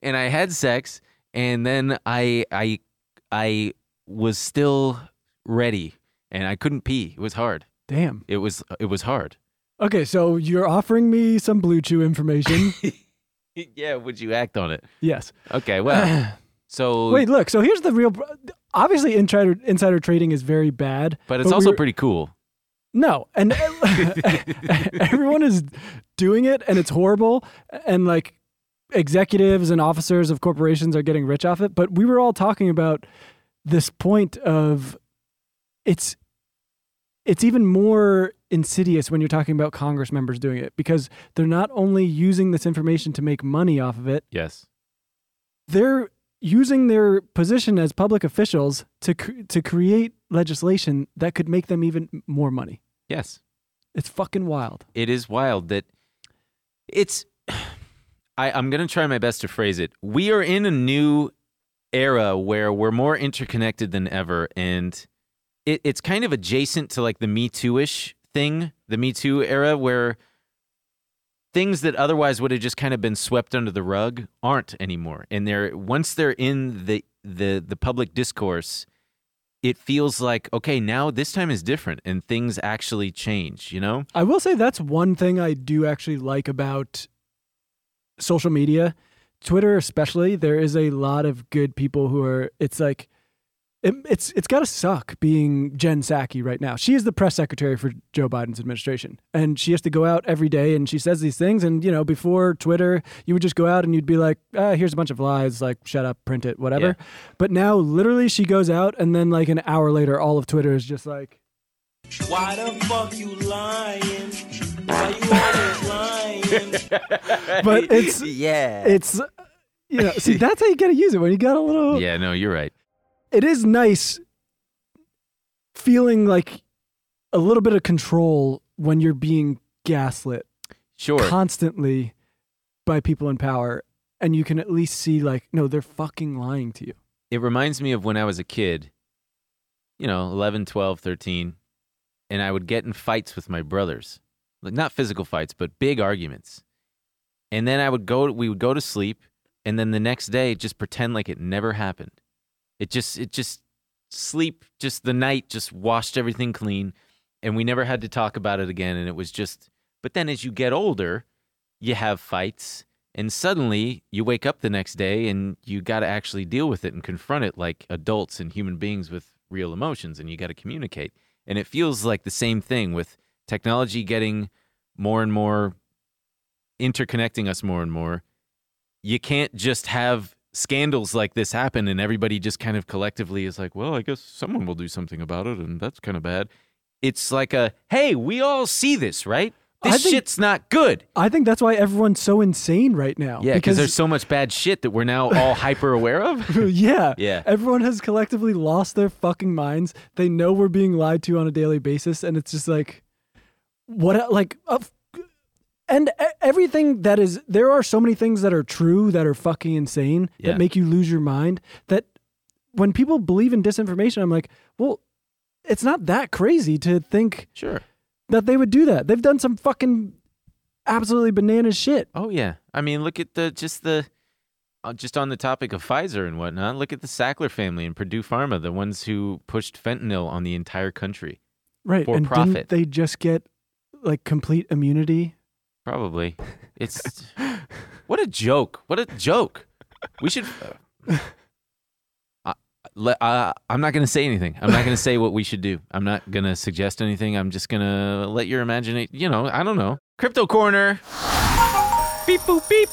[SPEAKER 1] and I had sex, and then I I I was still ready, and I couldn't pee. It was hard.
[SPEAKER 2] Damn.
[SPEAKER 1] It was it was hard.
[SPEAKER 2] Okay, so you're offering me some Blue Chew information.
[SPEAKER 1] yeah, would you act on it?
[SPEAKER 2] yes.
[SPEAKER 1] Okay, well, so
[SPEAKER 2] Wait, look. So here's the real. pr- obviously insider insider trading is very bad,
[SPEAKER 1] But it's also
[SPEAKER 2] we're-
[SPEAKER 1] pretty cool.
[SPEAKER 2] No, and everyone is doing it, and it's horrible. And like executives and officers of corporations are getting rich off it. But we were all talking about this point of it's it's even more insidious when you're talking about Congress members doing it because they're not only using this information to make money off of it,
[SPEAKER 1] Yes.
[SPEAKER 2] they're using their position as public officials to cr- to create legislation that could make them even more money.
[SPEAKER 1] Yes.
[SPEAKER 2] It's fucking wild.
[SPEAKER 1] It is wild that it's. I, I'm going to try my best to phrase it. We are in a new era where we're more interconnected than ever. And it, it's kind of adjacent to like the Me Too ish thing, the Me Too era, where things that otherwise would have just kind of been swept under the rug aren't anymore. And they're once they're in the the the public discourse, it feels like okay, now this time is different, and things actually change. You know?
[SPEAKER 2] I will say that's one thing I do actually like about social media, Twitter especially. There is a lot of good people who are. It's like, it, it's it's got to suck being Jen Psaki right now. She is the press secretary for Joe Biden's administration, and she has to go out every day and she says these things. And you know, before Twitter, you would just go out and you'd be like, ah, "Here's a bunch of lies. Like, shut up, print it, whatever." But now, literally, she goes out and then like an hour later, all of Twitter is just like.
[SPEAKER 3] Why the fuck you lying? Why you always lying?
[SPEAKER 2] But it's
[SPEAKER 1] yeah.
[SPEAKER 2] it's uh, you know see that's how you gotta use it when you got a little
[SPEAKER 1] yeah, no, you're right.
[SPEAKER 2] it is nice feeling like a little bit of control when you're being gaslit
[SPEAKER 1] Sure.
[SPEAKER 2] constantly by people in power and you can at least see like no they're fucking lying to you
[SPEAKER 1] it reminds me of when I was a kid, you know, 11, 12, 13, and I would get in fights with my brothers. Like not physical fights, but big arguments. And then I would go we would go to sleep and then the next day just pretend like it never happened. It just it just sleep just the night just washed everything clean and we never had to talk about it again and it was just but then as you get older, you have fights and suddenly you wake up the next day and you got to actually deal with it and confront it like adults and human beings with real emotions and you got to communicate and it feels like the same thing with technology getting more and more interconnecting us more and more you can't just have scandals like this happen and everybody just kind of collectively is like well i guess someone will do something about it and that's kind of bad it's like a hey we all see this right
[SPEAKER 2] I
[SPEAKER 1] this
[SPEAKER 2] think-
[SPEAKER 1] shit's not good
[SPEAKER 2] i think that's why everyone's so insane right now
[SPEAKER 1] yeah, because there's so much bad shit that we're now all hyper aware of.
[SPEAKER 2] yeah.
[SPEAKER 1] Yeah.
[SPEAKER 2] Everyone has collectively lost their fucking minds. They know we're being lied to on a daily basis, and it's just like, what? Like, of and e- everything that is there are so many things that are true that are fucking insane
[SPEAKER 1] Yeah.
[SPEAKER 2] that make you lose your mind. That when people believe in disinformation, I'm like, well, it's not that crazy to think
[SPEAKER 1] Sure.
[SPEAKER 2] that they would do that. They've done some fucking absolutely banana shit.
[SPEAKER 1] Oh yeah. I mean, look at the just the uh, just on the topic of Pfizer and whatnot. Look at the Sackler family and Purdue Pharma, the ones who pushed fentanyl on the entire country.
[SPEAKER 2] Right.
[SPEAKER 1] For
[SPEAKER 2] and
[SPEAKER 1] profit.
[SPEAKER 2] didn't they just get like complete immunity
[SPEAKER 1] Probably. It's what a joke. What a joke. We should. uh, I, le- uh, I'm not going to say anything. I'm not going to say what we should do. I'm not going to suggest anything. I'm just going to let your imagination. You know, I don't know. Crypto corner. Beep boop beep.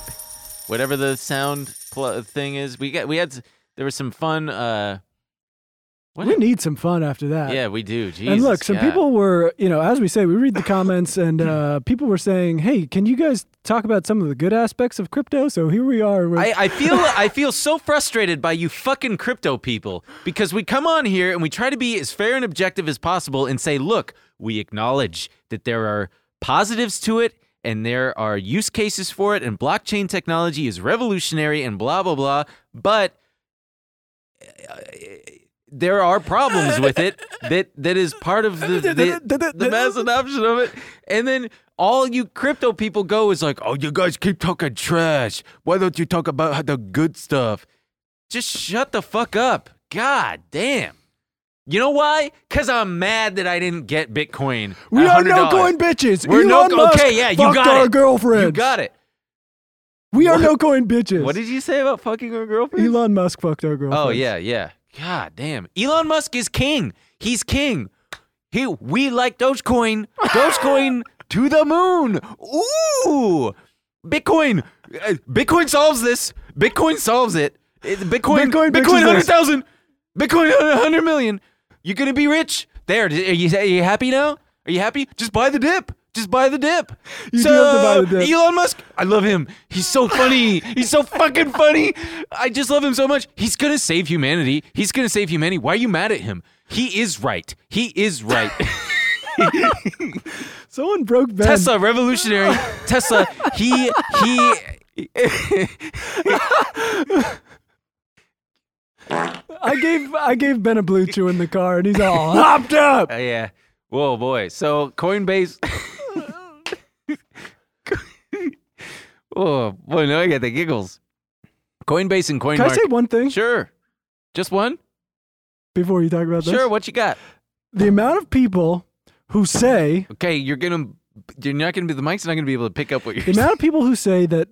[SPEAKER 1] Whatever the sound pl- thing is, we got. We had. s- There was some fun. Uh, what?
[SPEAKER 2] We need some fun after that.
[SPEAKER 1] yeah, we do. Jesus,
[SPEAKER 2] Uh, and look, some
[SPEAKER 1] God.
[SPEAKER 2] people were, you know, as we say, we read the comments, and uh, people were saying, "Hey, can you guys talk about some of the good aspects of crypto?" So here we are. We're,
[SPEAKER 1] I, I feel I feel so frustrated by you fucking crypto people because we come on here and we try to be as fair and objective as possible and say, look, we acknowledge that there are positives to it and there are use cases for it and blockchain technology is revolutionary and blah blah blah, but uh, there are problems with it that that is part of the the, the mass adoption of it. And then all you crypto people go is like, oh, you guys keep talking trash. Why don't you talk about how the good stuff? Just shut the fuck up. God damn. You know why? Cause I'm mad that I didn't get Bitcoin. at
[SPEAKER 2] we are no
[SPEAKER 1] $100.
[SPEAKER 2] coin bitches.
[SPEAKER 1] We're
[SPEAKER 2] Elon
[SPEAKER 1] no
[SPEAKER 2] Musk
[SPEAKER 1] okay. Yeah, you
[SPEAKER 2] fucked
[SPEAKER 1] got
[SPEAKER 2] our
[SPEAKER 1] it.
[SPEAKER 2] girlfriends.
[SPEAKER 1] You got it.
[SPEAKER 2] We are no coin bitches.
[SPEAKER 1] What did you say about fucking our girlfriend?
[SPEAKER 2] Elon Musk fucked our girlfriends?
[SPEAKER 1] Oh yeah, yeah. God damn. Elon Musk is king. He's king. He we like Dogecoin. Dogecoin to the moon. Ooh. Bitcoin. Uh, Bitcoin solves this. Bitcoin solves it. It- Bitcoin
[SPEAKER 2] Bitcoin
[SPEAKER 1] Bitcoin,
[SPEAKER 2] fixes
[SPEAKER 1] Bitcoin
[SPEAKER 2] this.
[SPEAKER 1] 100,000. Bitcoin 100 million. You're going to be rich. There. Are you, are you happy now? Are you happy? Just buy the dip. Just buy the dip.
[SPEAKER 2] do have to buy the dip.
[SPEAKER 1] Elon Elon Musk, I love him. He's so funny. He's so fucking funny. I just love him so much. He's gonna save humanity. He's gonna save humanity. Why are you mad at him? He is right. He is right.
[SPEAKER 2] Someone broke Ben.
[SPEAKER 1] Tesla, revolutionary. Tesla, he he
[SPEAKER 2] I gave I gave Ben a blue chew in the car, and he's all hopped up.
[SPEAKER 1] Uh, yeah. Whoa, boy. So Coinbase. oh boy, now I got the giggles. Coinbase and CoinMarket.
[SPEAKER 2] Can I say one thing
[SPEAKER 1] Sure. Just one?
[SPEAKER 2] before you talk about this?
[SPEAKER 1] Sure, what you got?
[SPEAKER 2] The amount of people who say
[SPEAKER 1] Okay, you're gonna you're not gonna be the mic's not gonna be able to pick up what you're
[SPEAKER 2] the
[SPEAKER 1] saying.
[SPEAKER 2] amount of people who say that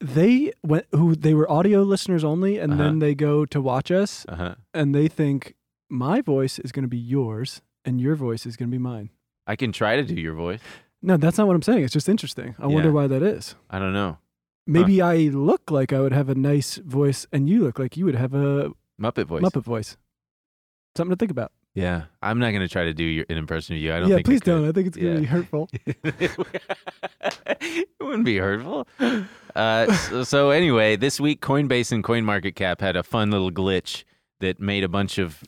[SPEAKER 2] they went who they were audio listeners only, and
[SPEAKER 1] Uh-huh.
[SPEAKER 2] then they go to watch us,
[SPEAKER 1] Uh-huh.
[SPEAKER 2] and they think my voice is going to be yours, and your voice is going to be mine.
[SPEAKER 1] I can try to do your voice.
[SPEAKER 2] No, that's not what I'm saying. It's just interesting. I wonder
[SPEAKER 1] Yeah.
[SPEAKER 2] why that is.
[SPEAKER 1] I don't know.
[SPEAKER 2] Maybe I look like I would have a nice voice, and you look like you would have a
[SPEAKER 1] Muppet voice.
[SPEAKER 2] Muppet voice. Something to think about.
[SPEAKER 1] Yeah. I'm not gonna try to do your, an impression of you. I don't
[SPEAKER 2] yeah,
[SPEAKER 1] think I
[SPEAKER 2] please
[SPEAKER 1] could.
[SPEAKER 2] don't. I think it's going to
[SPEAKER 1] Yeah.
[SPEAKER 2] be hurtful.
[SPEAKER 1] it wouldn't be hurtful. Uh, so, so anyway, this week Coinbase and CoinMarketCap had a fun little glitch that made a bunch of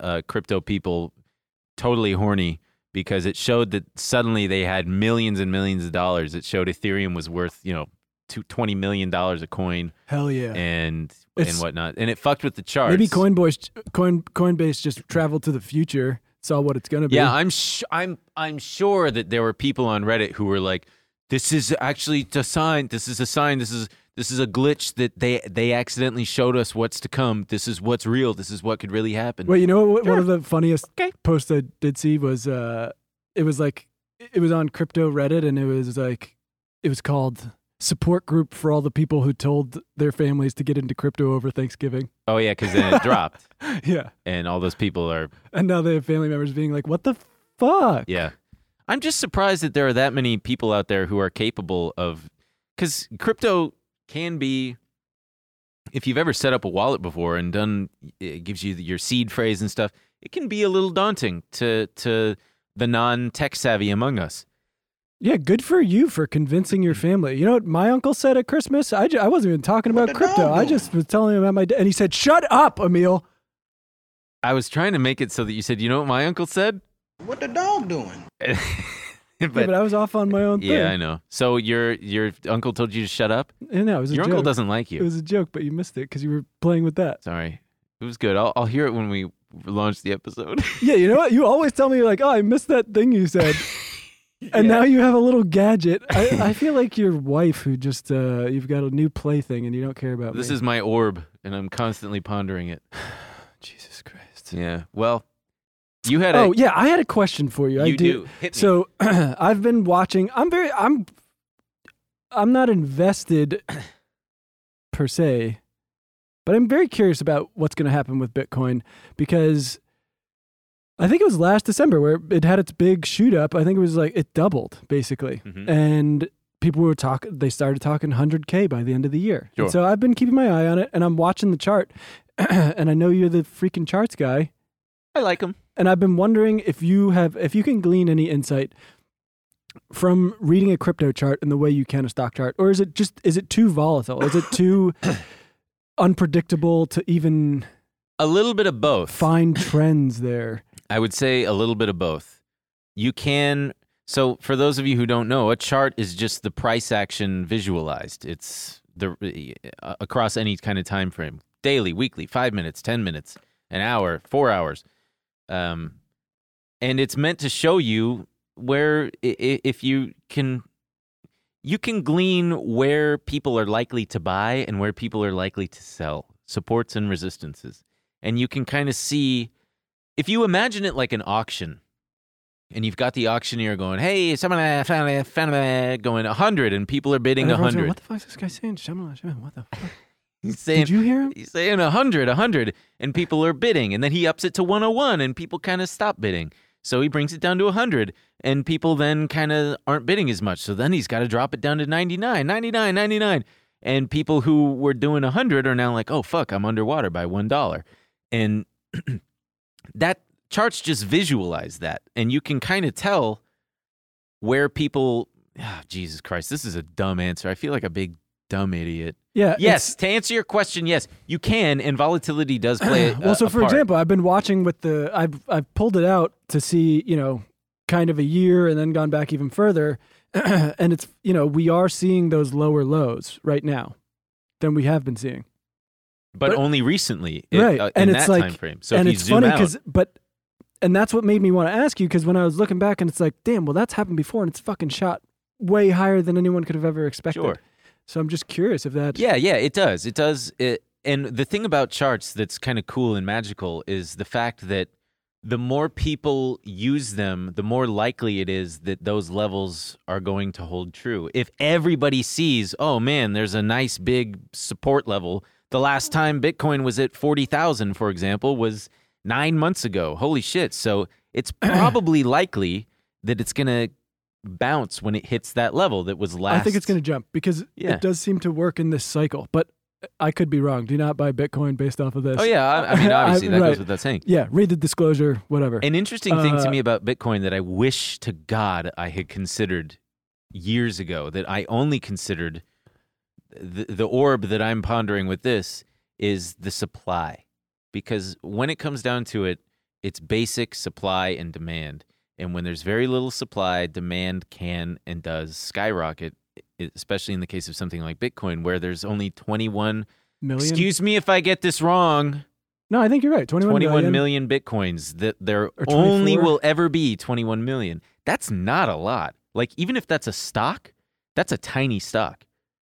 [SPEAKER 1] uh, crypto people totally horny because it showed that suddenly they had millions and millions of dollars. It showed Ethereum was worth you know two, twenty million dollars a coin
[SPEAKER 2] Hell yeah.
[SPEAKER 1] and
[SPEAKER 2] It's-
[SPEAKER 1] and whatnot, and it fucked with the charts.
[SPEAKER 2] Maybe Coinbase, Coin, Coinbase just traveled to the future, saw what it's going to be.
[SPEAKER 1] Yeah, I'm sh- I'm I'm sure that there were people on Reddit who were like, "This is actually a sign. This is a sign. This is this is a glitch that they they accidentally showed us what's to come. This is what's real. This is what could really happen."
[SPEAKER 2] Well, you know what? One of the funniest posts I did see was uh, it was like it was on crypto Reddit, and it was like it was called support group for all the people who told their families to get into crypto over Thanksgiving.
[SPEAKER 1] oh yeah, because then it dropped,
[SPEAKER 2] Yeah,
[SPEAKER 1] and all those people are
[SPEAKER 2] and now they have family members being like, "What the fuck?"
[SPEAKER 1] yeah. I'm just surprised that there are that many people out there who are capable of, because crypto can be. If you've ever set up a wallet before and done, it gives you your seed phrase and stuff. It can be a little daunting to to the non tech savvy among us.
[SPEAKER 2] Yeah, good for you for convincing
[SPEAKER 1] Mm-hmm.
[SPEAKER 2] your family. You know what my uncle said at Christmas? I, ju- I wasn't even talking about
[SPEAKER 4] did
[SPEAKER 2] crypto.
[SPEAKER 4] Mom
[SPEAKER 2] I
[SPEAKER 4] do?
[SPEAKER 2] just was telling him about my day. And he said, Shut up, Emil.
[SPEAKER 1] I was trying to make it so that you said, "You know what my uncle said,"
[SPEAKER 4] What the dog doing?
[SPEAKER 1] but
[SPEAKER 2] yeah, but I was off on my own thing.
[SPEAKER 1] yeah, I know. So your your uncle told you to shut up.
[SPEAKER 2] Yeah, no, it was a
[SPEAKER 1] Your
[SPEAKER 2] joke.
[SPEAKER 1] uncle doesn't like
[SPEAKER 2] It
[SPEAKER 1] you.
[SPEAKER 2] was a joke, but you missed it because you were playing with that.
[SPEAKER 1] Sorry, it was good. I'll I'll hear it when we launch the episode.
[SPEAKER 2] Yeah, you know what? You always tell me, like, oh, I missed that thing you said. And now you have a little gadget. I, I feel like your wife who just, uh, you've got a new plaything and you don't care about
[SPEAKER 1] This
[SPEAKER 2] me.
[SPEAKER 1] is my orb, and I'm constantly pondering it.
[SPEAKER 2] Jesus Christ.
[SPEAKER 1] Yeah. Well, you had
[SPEAKER 2] Oh,
[SPEAKER 1] a
[SPEAKER 2] yeah. I had a question for you. I
[SPEAKER 1] you
[SPEAKER 2] do.
[SPEAKER 1] do. Hit me.
[SPEAKER 2] So I've been watching. I'm very. I'm. I'm not invested per se, but I'm very curious about what's going to happen with Bitcoin because I think it was last December where it had its big shoot up. I think it was like it doubled basically,
[SPEAKER 1] Mhm.
[SPEAKER 2] and people were talking. They started talking 100k by the end of the year. And
[SPEAKER 1] Sure.
[SPEAKER 2] So I've been keeping my eye on it, and I'm watching the chart. and I know you're the freaking charts guy
[SPEAKER 1] I like him.
[SPEAKER 2] and I've been wondering if you have if you can glean any insight from reading a crypto chart in the way you can a stock chart, or is it just is it too volatile? Is it too unpredictable to even
[SPEAKER 1] A little bit of both.
[SPEAKER 2] find trends there?
[SPEAKER 1] I would say a little bit of both. You can. So, for those of you who don't know, a chart is just the price action visualized. It's the uh, across any kind of time frame, daily, weekly, five minutes, ten minutes, an hour, four hours, um, and it's meant to show you where i- i- if you can. You can glean where people are likely to buy and where people are likely to sell, supports and resistances. And you can kind of see if you imagine it like an auction and you've got the auctioneer going, hey, someone I found, I found, I found- going 100 and people are bidding
[SPEAKER 2] And everyone's like,
[SPEAKER 1] 100.
[SPEAKER 2] What the fuck is this guy saying? Shyamalan, Shyamalan, what the fuck?
[SPEAKER 1] He's saying,
[SPEAKER 2] you hear him?
[SPEAKER 1] He's saying 100, 100, and people are bidding. And then he ups it to 101, and people kind of stop bidding. So he brings it down to 100, and people then kind of aren't bidding as much. So then he's got to drop it down to 99, 99, 99. And people who were doing 100 are now like, oh, fuck, I'm underwater by $1. And that charts just visualize that. And you can kind of tell where people, Ah, Jesus Christ, this is a dumb answer. I feel like a big dumb idiot.
[SPEAKER 2] Yeah.
[SPEAKER 1] Yes, to answer your question, yes, you can, and volatility does play. uh,
[SPEAKER 2] Well,
[SPEAKER 1] a-
[SPEAKER 2] so
[SPEAKER 1] a
[SPEAKER 2] for
[SPEAKER 1] part.
[SPEAKER 2] example, I've been watching with the I've I've pulled it out to see you know kind of a year and then gone back even further, and it's you know we are seeing those lower lows right now than we have been seeing.
[SPEAKER 1] but,
[SPEAKER 2] but-
[SPEAKER 1] only recently, i-
[SPEAKER 2] right,
[SPEAKER 1] uh,
[SPEAKER 2] and
[SPEAKER 1] in
[SPEAKER 2] it's
[SPEAKER 1] that
[SPEAKER 2] like,
[SPEAKER 1] time frame. So
[SPEAKER 2] and
[SPEAKER 1] if you
[SPEAKER 2] it's
[SPEAKER 1] zoom
[SPEAKER 2] funny
[SPEAKER 1] out,
[SPEAKER 2] but and that's what made me want to ask you because when I was looking back and it's like, damn, well that's happened before and it's fucking shot way higher than anyone could have ever expected.
[SPEAKER 1] Sure.
[SPEAKER 2] So I'm just curious if that.
[SPEAKER 1] Yeah, yeah, it does. It does. It, and the thing about charts that's kind of cool and magical is the fact that the more people use them, the more likely it is that those levels are going to hold true. If everybody sees, oh man, there's a nice big support level. The last time Bitcoin was at 40,000, for example, was nine months ago. Holy shit. So it's probably likely that it's going to bounce when it hits that level that was last.
[SPEAKER 2] I think it's going to jump because
[SPEAKER 1] Yeah.
[SPEAKER 2] it does seem to work in this cycle, but I could be wrong. Do not buy Bitcoin based off of this.
[SPEAKER 1] Oh yeah, I, I mean obviously that
[SPEAKER 2] right.
[SPEAKER 1] goes without saying.
[SPEAKER 2] Yeah, read the disclosure, whatever.
[SPEAKER 1] An interesting thing to
[SPEAKER 2] Uh,
[SPEAKER 1] me about Bitcoin that I wish to God I had considered years ago that I only considered the, the orb that I'm pondering with this is the supply. Because when it comes down to it, it's basic supply and demand. And when there's very little supply, demand can and does skyrocket, e, especially in the case of something like Bitcoin, where there's only 21.
[SPEAKER 2] Million?
[SPEAKER 1] Excuse me if I get this wrong.
[SPEAKER 2] No, I think you're right. 21,
[SPEAKER 1] 21
[SPEAKER 2] million.
[SPEAKER 1] million bitcoins that there
[SPEAKER 2] Or 24.
[SPEAKER 1] only will ever be 21 million. That's not a lot. Like even if that's a stock, that's a tiny stock.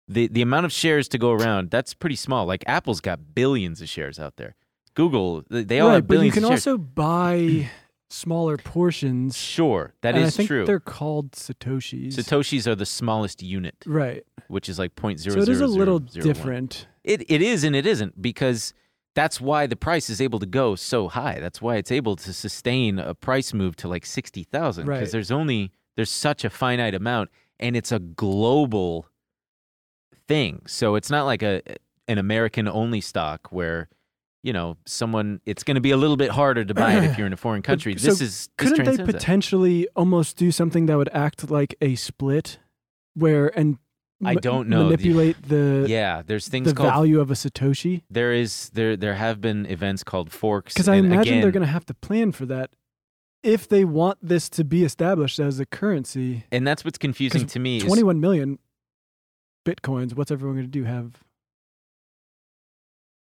[SPEAKER 1] The the amount of shares to go around, that's pretty small. Like Apple's got billions of shares out there. Google, th- they all
[SPEAKER 2] right,
[SPEAKER 1] have
[SPEAKER 2] but you
[SPEAKER 1] billions
[SPEAKER 2] can
[SPEAKER 1] of shares.
[SPEAKER 2] also buy smaller portions.
[SPEAKER 1] sure, that
[SPEAKER 2] and I
[SPEAKER 1] is
[SPEAKER 2] think
[SPEAKER 1] true.
[SPEAKER 2] They're called satoshis.
[SPEAKER 1] Satoshis are the smallest unit,
[SPEAKER 2] right.
[SPEAKER 1] which is like 0.0001.
[SPEAKER 2] So it is a little different.
[SPEAKER 1] It it is and it isn't because that's why the price is able to go so high. That's why it's able to sustain a price move to like sixty thousand because
[SPEAKER 2] Right.
[SPEAKER 1] there's only there's such a finite amount and it's a global thing. So it's not like a an American only stock where you know someone it's going to be a little bit harder to buy it if you're in a foreign
[SPEAKER 2] But-
[SPEAKER 1] country.
[SPEAKER 2] so
[SPEAKER 1] this is this
[SPEAKER 2] couldn't they
[SPEAKER 1] transcends that.
[SPEAKER 2] potentially almost do something that would act like a split, where and
[SPEAKER 1] I
[SPEAKER 2] ma-
[SPEAKER 1] don't know. The-
[SPEAKER 2] manipulate the
[SPEAKER 1] yeah, there's things
[SPEAKER 2] the
[SPEAKER 1] called
[SPEAKER 2] value of a satoshi?
[SPEAKER 1] there is there there have been events called forks
[SPEAKER 2] Because I
[SPEAKER 1] and
[SPEAKER 2] imagine
[SPEAKER 1] again,
[SPEAKER 2] they're going to have to plan for that if they want this to be established as a currency.
[SPEAKER 1] and that's what's confusing
[SPEAKER 2] 'Cause
[SPEAKER 1] to me. is-
[SPEAKER 2] 21 million bitcoins. What's everyone going to do? Have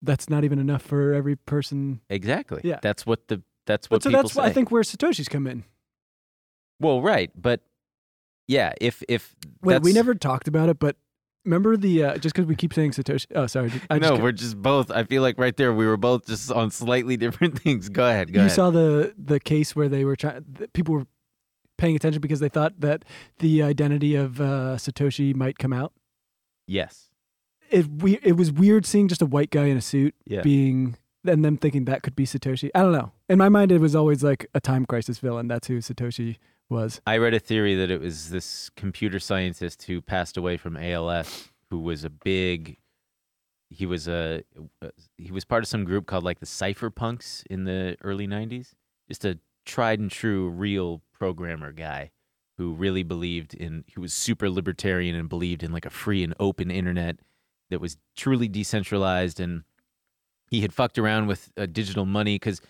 [SPEAKER 2] that's not even enough for every person.
[SPEAKER 1] Exactly.
[SPEAKER 2] Yeah.
[SPEAKER 1] That's what the that's
[SPEAKER 2] But
[SPEAKER 1] what
[SPEAKER 2] so
[SPEAKER 1] people
[SPEAKER 2] that's
[SPEAKER 1] say.
[SPEAKER 2] why I think where satoshis come in.
[SPEAKER 1] Well, right, but yeah, if if
[SPEAKER 2] Wait, we
[SPEAKER 1] that's-
[SPEAKER 2] never talked about it, but remember the uh, just because we keep saying satoshi. Oh, sorry. did- I
[SPEAKER 1] no,
[SPEAKER 2] just,
[SPEAKER 1] we're just both. I feel like right there we were both just on slightly different things. Go ahead. Go
[SPEAKER 2] you
[SPEAKER 1] ahead.
[SPEAKER 2] saw the the case where they were trying. People were paying attention because they thought that the identity of uh, Satoshi might come out.
[SPEAKER 1] yes.
[SPEAKER 2] it we it was weird seeing just a white guy in a suit
[SPEAKER 1] Yeah.
[SPEAKER 2] being and them thinking that could be Satoshi. I don't know. In my mind, it was always like a time crisis villain. That's who Satoshi was.
[SPEAKER 1] I read a theory that it was this computer scientist who passed away from ALS, who was a big. He was a he was part of some group called like the Cypherpunks in the early '90s. Just a tried and true, real programmer guy who really believed in. He was super libertarian and believed in like a free and open internet that was truly decentralized. And he had fucked around with uh, digital money because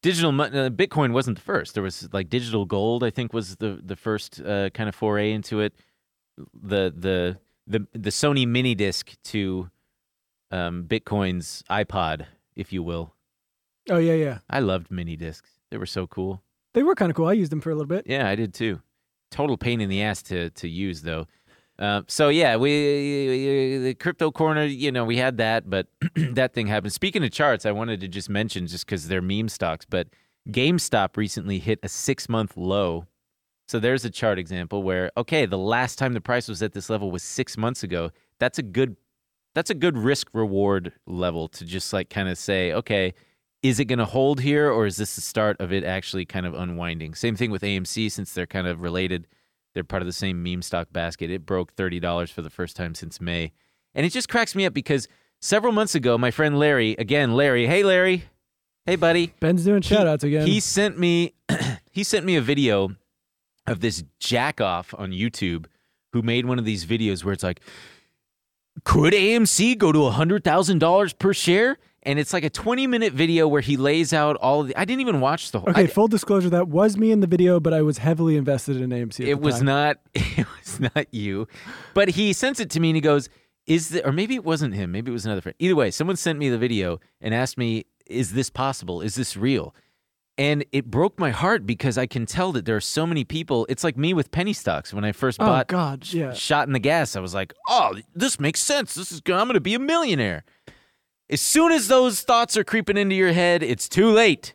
[SPEAKER 1] digital mon- uh, Bitcoin wasn't the first. There was like digital gold, I think, was the the first uh, kind of foray into it. The the the the Sony mini disc to um, Bitcoin's iPod, if you will.
[SPEAKER 2] Oh yeah, yeah.
[SPEAKER 1] I loved mini discs. They were so cool.
[SPEAKER 2] They were kind of cool. I used them for a little bit.
[SPEAKER 1] Yeah, I did too. Total pain in the ass to to use though. Uh, so yeah, we the crypto corner. You know, we had that, but that thing happened. Speaking of charts, I wanted to just mention just because they're meme stocks, but GameStop recently hit a six month low. So there's a chart example where okay, the last time the price was at this level was six months ago. That's a good that's a good risk reward level to just like kind of say, okay, is it going to hold here or is this the start of it actually kind of unwinding? Same thing with AMC since they're kind of related. They're part of the same meme stock basket. It broke $30 for the first time since May. And it just cracks me up because several months ago, my friend Larry, again, Larry, hey, Larry, hey, buddy.
[SPEAKER 2] Ben's doing shout outs again.
[SPEAKER 1] He sent me he sent me a video of this jack off on YouTube who made one of these videos where it's like could AMC go to $100,000 per share? And it's like a 20 minute video where he lays out all of the I didn't even watch the whole
[SPEAKER 2] okay,
[SPEAKER 1] I-
[SPEAKER 2] full disclosure, that was me in the video, but I was heavily invested in AMC. at
[SPEAKER 1] it
[SPEAKER 2] the
[SPEAKER 1] was
[SPEAKER 2] time.
[SPEAKER 1] not it was not you but he sends it to me and he goes is the, or maybe it wasn't him maybe it was another friend either way someone sent me the video and asked me is this possible is this real and it broke my heart because i can tell that there are so many people it's like me with penny stocks when i first
[SPEAKER 2] Oh,
[SPEAKER 1] bought
[SPEAKER 2] God, yeah.
[SPEAKER 1] shot in the gas i was like oh this makes sense this is i'm gonna be a millionaire as soon as those thoughts are creeping into your head it's too late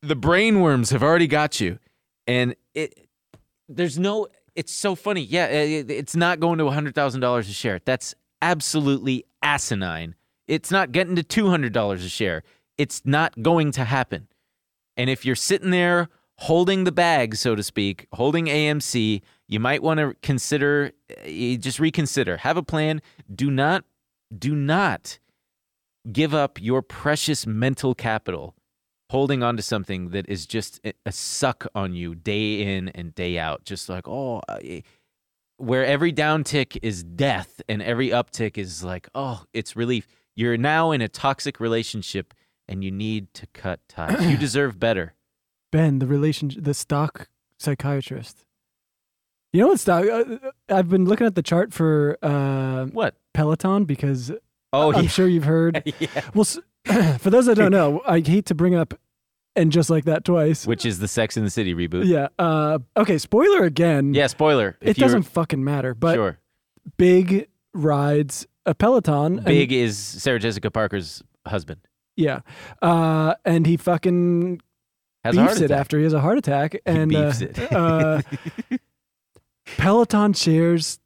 [SPEAKER 1] the brain worms have already got you and it there's no it's so funny yeah it, it's not going to $100000 a share that's absolutely asinine it's not getting to $200 a share it's not going to happen and if you're sitting there holding the bag so to speak holding amc you might want to consider eh, just reconsider have a plan do not do not give up your precious mental capital holding on to something that is just a- a suck on you day in and day out just like oh I- where every downtick is death and every uptick is like oh it's relief you're now in a toxic relationship and you need to cut ties you deserve better
[SPEAKER 2] Ben, the relationship, the stock psychiatrist. You know what stock? uh, I've been looking at the chart for uh,
[SPEAKER 1] what
[SPEAKER 2] Peloton because
[SPEAKER 1] oh
[SPEAKER 2] I'm
[SPEAKER 1] yeah.
[SPEAKER 2] sure you've heard.
[SPEAKER 1] yeah
[SPEAKER 2] Well, s- for those that don't know, I hate to bring up and just like that twice.
[SPEAKER 1] which is the sex in the city reboot
[SPEAKER 2] Yeah. Uh, okay. Spoiler again.
[SPEAKER 1] yeah spoiler
[SPEAKER 2] It
[SPEAKER 1] if you were-
[SPEAKER 2] doesn't fucking matter. But
[SPEAKER 1] sure
[SPEAKER 2] big rides a Peloton. and-
[SPEAKER 1] big is sarah jessica parker's husband
[SPEAKER 2] yeah. Uh, and he fucking
[SPEAKER 1] has a heart
[SPEAKER 2] beefs it
[SPEAKER 1] attack.
[SPEAKER 2] after he has a heart attack and uh,
[SPEAKER 1] beefs it.
[SPEAKER 2] uh, Peloton shares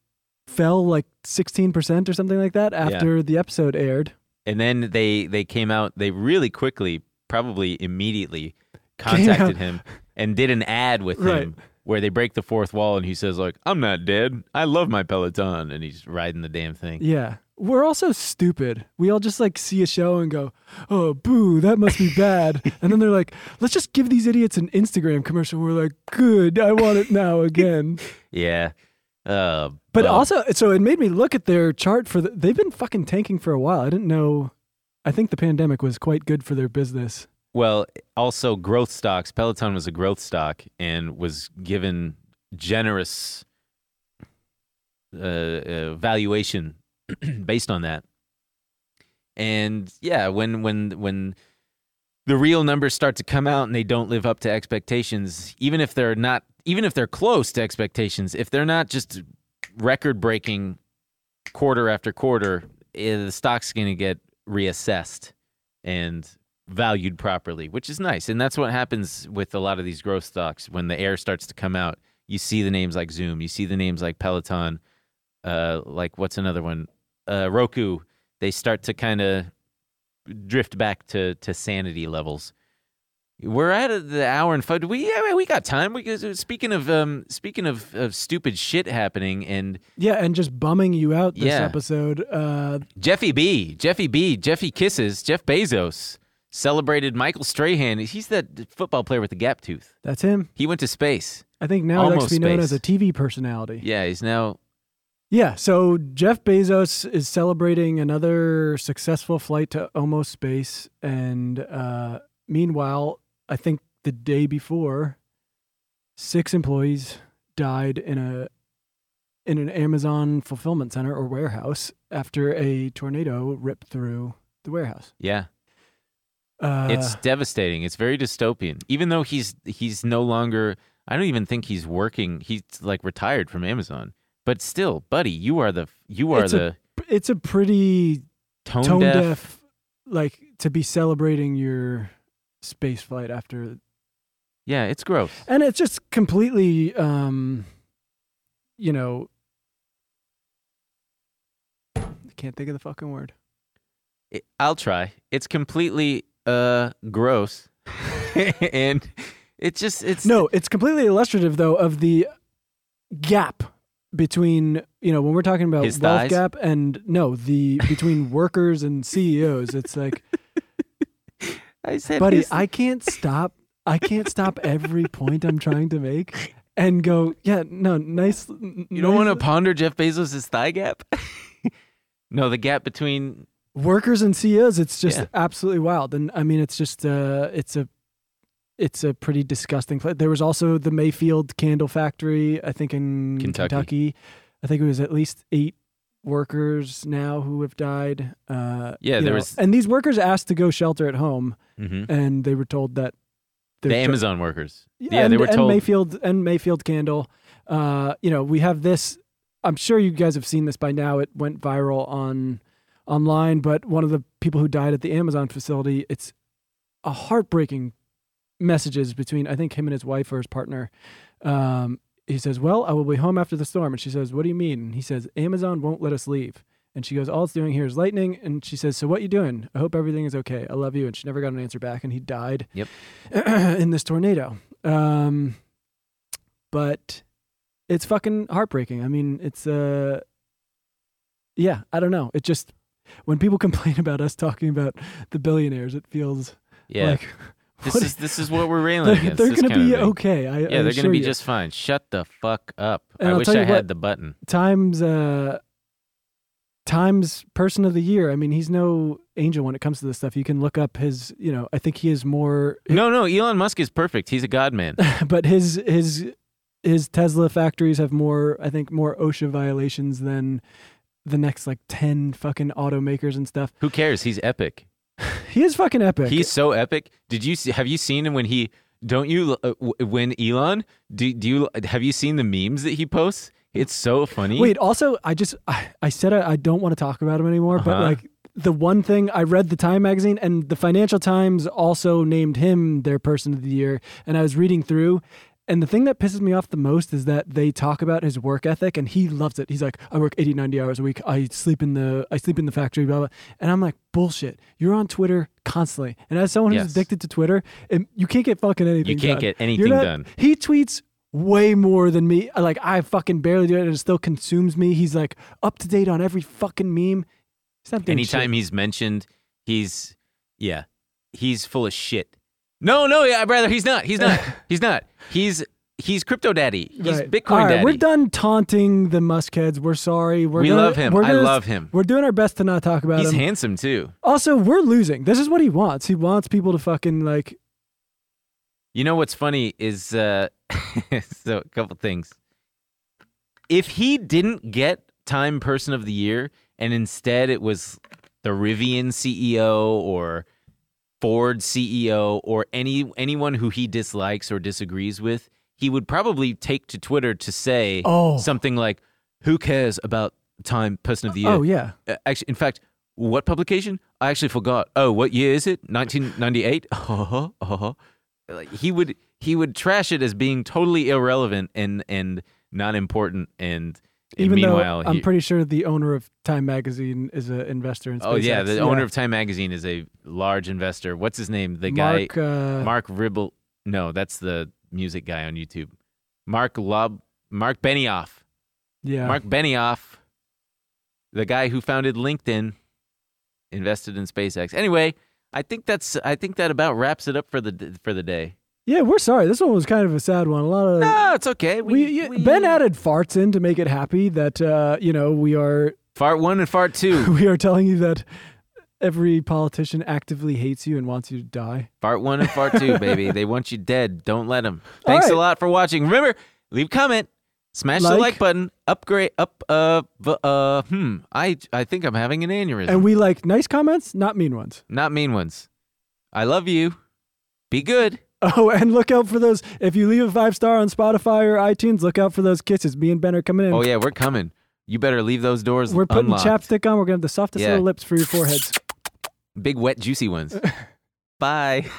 [SPEAKER 2] fell like 16% or something like that after the episode aired.
[SPEAKER 1] and then they they came out they really quickly probably immediately
[SPEAKER 2] Came out.
[SPEAKER 1] contacted him and did an ad with
[SPEAKER 2] Right.
[SPEAKER 1] him where they break the fourth wall and he says like i'm not dead i love my peloton and he's riding the damn thing
[SPEAKER 2] Yeah. We're all so stupid. We all just like see a show and go, "Oh, boo, that must be bad." and then they're like, "Let's just give these idiots an Instagram commercial." We're like, "Good, I want it now again."
[SPEAKER 1] yeah uh,
[SPEAKER 2] But
[SPEAKER 1] bum.
[SPEAKER 2] also, so it made me look at their chart for the, they've been fucking tanking for a while. I didn't know. I think the pandemic was quite good for their business.
[SPEAKER 1] well also growth stocks peloton was a growth stock and was given generous uh, uh, valuation based on that and yeah when when when the real numbers start to come out and they don't live up to expectations even if they're not even if they're close to expectations if they're not just record breaking quarter after quarter eh, the stock's going to get reassessed and valued properly which is nice and that's what happens with a lot of these growth stocks when the air starts to come out you see the names like zoom you see the names like peloton uh, like what's another one uh, roku they start to kind of drift back to to sanity levels. We're at the hour and five. do We yeah, we got time. We speaking of um speaking of, of stupid shit happening and
[SPEAKER 2] Yeah, and just bumming you out this
[SPEAKER 1] Yeah.
[SPEAKER 2] episode. Uh,
[SPEAKER 1] Jeffy B, Jeffy B, Jeffy kisses Jeff Bezos celebrated Michael Strahan. He's that football player with the gap tooth.
[SPEAKER 2] that's him.
[SPEAKER 1] He went to space.
[SPEAKER 2] I think now he likes
[SPEAKER 1] Almost
[SPEAKER 2] to be known
[SPEAKER 1] space.
[SPEAKER 2] as a TV personality.
[SPEAKER 1] Yeah, he's now
[SPEAKER 2] Yeah, so Jeff Bezos is celebrating another successful flight to almost space, and uh, meanwhile, I think the day before, six employees died in a in an Amazon fulfillment center or warehouse after a tornado ripped through the warehouse.
[SPEAKER 1] yeah.
[SPEAKER 2] Uh,
[SPEAKER 1] It's devastating. It's very dystopian. Even though he's he's no longer I don't even think he's working. He's like retired from Amazon. But still, buddy, you are the you are
[SPEAKER 2] It's a
[SPEAKER 1] the
[SPEAKER 2] it's a pretty
[SPEAKER 1] tone,
[SPEAKER 2] tone
[SPEAKER 1] deaf.
[SPEAKER 2] deaf. like to be celebrating your space flight after
[SPEAKER 1] Yeah, it's gross.
[SPEAKER 2] and it's just completely um you know can't think of the fucking word.
[SPEAKER 1] I- I'll try. It's completely uh gross, and it's just it's
[SPEAKER 2] No, it's completely illustrative though of the gap between you know when we're talking about
[SPEAKER 1] His
[SPEAKER 2] wealth
[SPEAKER 1] thighs?
[SPEAKER 2] gap and no the between workers and CEOs. It's like,
[SPEAKER 1] I said,
[SPEAKER 2] buddy,
[SPEAKER 1] his-
[SPEAKER 2] I can't stop. I can't stop every point I'm trying to make and go. Yeah, no, nice.
[SPEAKER 1] you don't want to ponder Jeff Bezos' thigh gap. no, the gap between
[SPEAKER 2] workers and CEOs. It's just
[SPEAKER 1] Yeah.
[SPEAKER 2] absolutely wild, and I mean, it's just uh, it's a it's a pretty disgusting place. There was also the Mayfield Candle Factory, I think in
[SPEAKER 1] Kentucky.
[SPEAKER 2] Kentucky. I think it was at least eight workers now who have died. Uh,
[SPEAKER 1] Yeah, there
[SPEAKER 2] you know,
[SPEAKER 1] was-
[SPEAKER 2] and these workers asked to go shelter at home,
[SPEAKER 1] Mhm.
[SPEAKER 2] and they were told that
[SPEAKER 1] the
[SPEAKER 2] their jo-
[SPEAKER 1] Amazon workers. Yeah,
[SPEAKER 2] and,
[SPEAKER 1] they were
[SPEAKER 2] and
[SPEAKER 1] told.
[SPEAKER 2] Mayfield and Mayfield Candle. Uh, you know, we have this. I'm sure you guys have seen this by now. It went viral on online, but one of the people who died at the Amazon facility, it's a heartbreaking messages between I think him and his wife or his partner. Um, he says, "Well, I will be home after the storm," and she says, "What do you mean?" And he says, "Amazon won't let us leave." And she goes, "All it's doing here is lightning." And she says, "So what you doing? I hope everything is okay. I love you." And she never got an answer back, and he died
[SPEAKER 1] Yep.
[SPEAKER 2] in this tornado. Um, but it's fucking heartbreaking. I mean, it's uh, yeah, I don't know. It just when people complain about us talking about the billionaires, it feels
[SPEAKER 1] yeah,
[SPEAKER 2] like
[SPEAKER 1] this
[SPEAKER 2] what-
[SPEAKER 1] is this is what we're railing
[SPEAKER 2] they're,
[SPEAKER 1] against.
[SPEAKER 2] they're
[SPEAKER 1] this
[SPEAKER 2] gonna
[SPEAKER 1] kind of
[SPEAKER 2] be
[SPEAKER 1] thing.
[SPEAKER 2] okay. I, I
[SPEAKER 1] Yeah, they're gonna
[SPEAKER 2] assure
[SPEAKER 1] be
[SPEAKER 2] you.
[SPEAKER 1] just fine. Shut the fuck up.
[SPEAKER 2] And
[SPEAKER 1] I
[SPEAKER 2] I'll
[SPEAKER 1] wish
[SPEAKER 2] tell
[SPEAKER 1] I
[SPEAKER 2] you
[SPEAKER 1] had
[SPEAKER 2] what-
[SPEAKER 1] the button.
[SPEAKER 2] times uh times person of the year. I mean, he's no angel when it comes to this stuff. You can look up his, you know, I think he is more
[SPEAKER 1] No, no, Elon Musk is perfect. He's a god man.
[SPEAKER 2] but his his his Tesla factories have more I think more OSHA violations than the next like 10 fucking automakers and stuff.
[SPEAKER 1] Who cares? He's epic.
[SPEAKER 2] He is fucking epic.
[SPEAKER 1] He's so epic. Did you see, have you seen him when he don't you uh, w- when Elon do, do you have you seen the memes that he posts? It's so funny.
[SPEAKER 2] Wait, also, I just I, I said I, I don't want to talk about him anymore, but
[SPEAKER 1] Uh-huh.
[SPEAKER 2] like the one thing I read the Time magazine and the Financial Times also named him their person of the year, and I was reading through and the thing that pisses me off the most is that they talk about his work ethic and he loves it. He's like, I work 80, 90 hours a week. I sleep in the I sleep in the factory, blah blah. And I'm like, bullshit. You're on Twitter constantly. And as someone
[SPEAKER 1] Yes.
[SPEAKER 2] who's addicted to Twitter, and you can't get fucking
[SPEAKER 1] You
[SPEAKER 2] anything
[SPEAKER 1] can't
[SPEAKER 2] done.
[SPEAKER 1] get
[SPEAKER 2] You're
[SPEAKER 1] anything
[SPEAKER 2] not-
[SPEAKER 1] done.
[SPEAKER 2] he tweets way more than me. Like I fucking barely do it, and it still consumes me. He's like up to date on every fucking meme. He's not doing
[SPEAKER 1] Anytime
[SPEAKER 2] shit.
[SPEAKER 1] he's mentioned, he's yeah, he's full of shit. No, no, yeah, rather he's not. He's not. he's not. He's he's crypto daddy. He's
[SPEAKER 2] Right.
[SPEAKER 1] Bitcoin
[SPEAKER 2] All right,
[SPEAKER 1] daddy.
[SPEAKER 2] We're done taunting the Muskheads. We're sorry. We're
[SPEAKER 1] We
[SPEAKER 2] gonna-
[SPEAKER 1] love him.
[SPEAKER 2] we're
[SPEAKER 1] I
[SPEAKER 2] gonna-
[SPEAKER 1] love him.
[SPEAKER 2] We're doing our best to not talk about
[SPEAKER 1] He's
[SPEAKER 2] him.
[SPEAKER 1] handsome too.
[SPEAKER 2] also, we're losing. This is what he wants. He wants people to fucking like.
[SPEAKER 1] You know what's funny is uh so a couple things. If he didn't get Time Person of the Year and instead it was the Rivian CEO or Ford CEO or any anyone who he dislikes or disagrees with, he would probably take to Twitter to say
[SPEAKER 2] Oh.
[SPEAKER 1] something like who cares about Time Person of the Year?
[SPEAKER 2] Oh yeah.
[SPEAKER 1] Uh, actually, in fact, what publication? I actually forgot. Oh, what year is it? 1998. Uh-huh, uh-huh. Like, he would he would trash it as being totally irrelevant and and not important. And, and
[SPEAKER 2] Even
[SPEAKER 1] meanwhile,
[SPEAKER 2] though I'm
[SPEAKER 1] he-
[SPEAKER 2] pretty sure the owner of Time Magazine is an investor in. SpaceX.
[SPEAKER 1] oh yeah, the owner of Time Magazine is a large investor. What's his name? The guy
[SPEAKER 2] Mark, uh,
[SPEAKER 1] Mark Ribble. No, that's the music guy on YouTube. Mark Lob. Mark Benioff.
[SPEAKER 2] Yeah.
[SPEAKER 1] Mark Benioff, the guy who founded LinkedIn, invested in SpaceX. Anyway, I think that's I think that about wraps it up for the for the day.
[SPEAKER 2] Yeah, we're sorry. This one was kind of a sad one. A lot of
[SPEAKER 1] No, it's okay. We,
[SPEAKER 2] we, you- Ben added farts in to make it happy that uh, you know we are
[SPEAKER 1] fart one and fart two.
[SPEAKER 2] we are telling you that every politician actively hates you and wants you to die.
[SPEAKER 1] fart one and fart two, baby. They want you dead. Don't let them. Thanks a
[SPEAKER 2] right.
[SPEAKER 1] lot for watching. Remember, leave a comment. Smash the
[SPEAKER 2] Like.
[SPEAKER 1] like button. Upgrade up uh v- uh hmm. I I think I'm having an aneurysm.
[SPEAKER 2] And we like nice comments, not mean ones.
[SPEAKER 1] Not mean ones. I love you. Be good.
[SPEAKER 2] Oh, and look out for those if you leave a five star on Spotify or iTunes, look out for those kisses. Me and Ben are coming in.
[SPEAKER 1] Oh yeah, we're coming. You better leave those doors.
[SPEAKER 2] We're putting
[SPEAKER 1] unlocked.
[SPEAKER 2] chapstick on. We're gonna have the softest
[SPEAKER 1] Yeah.
[SPEAKER 2] little lips for your foreheads.
[SPEAKER 1] big wet juicy ones. Bye.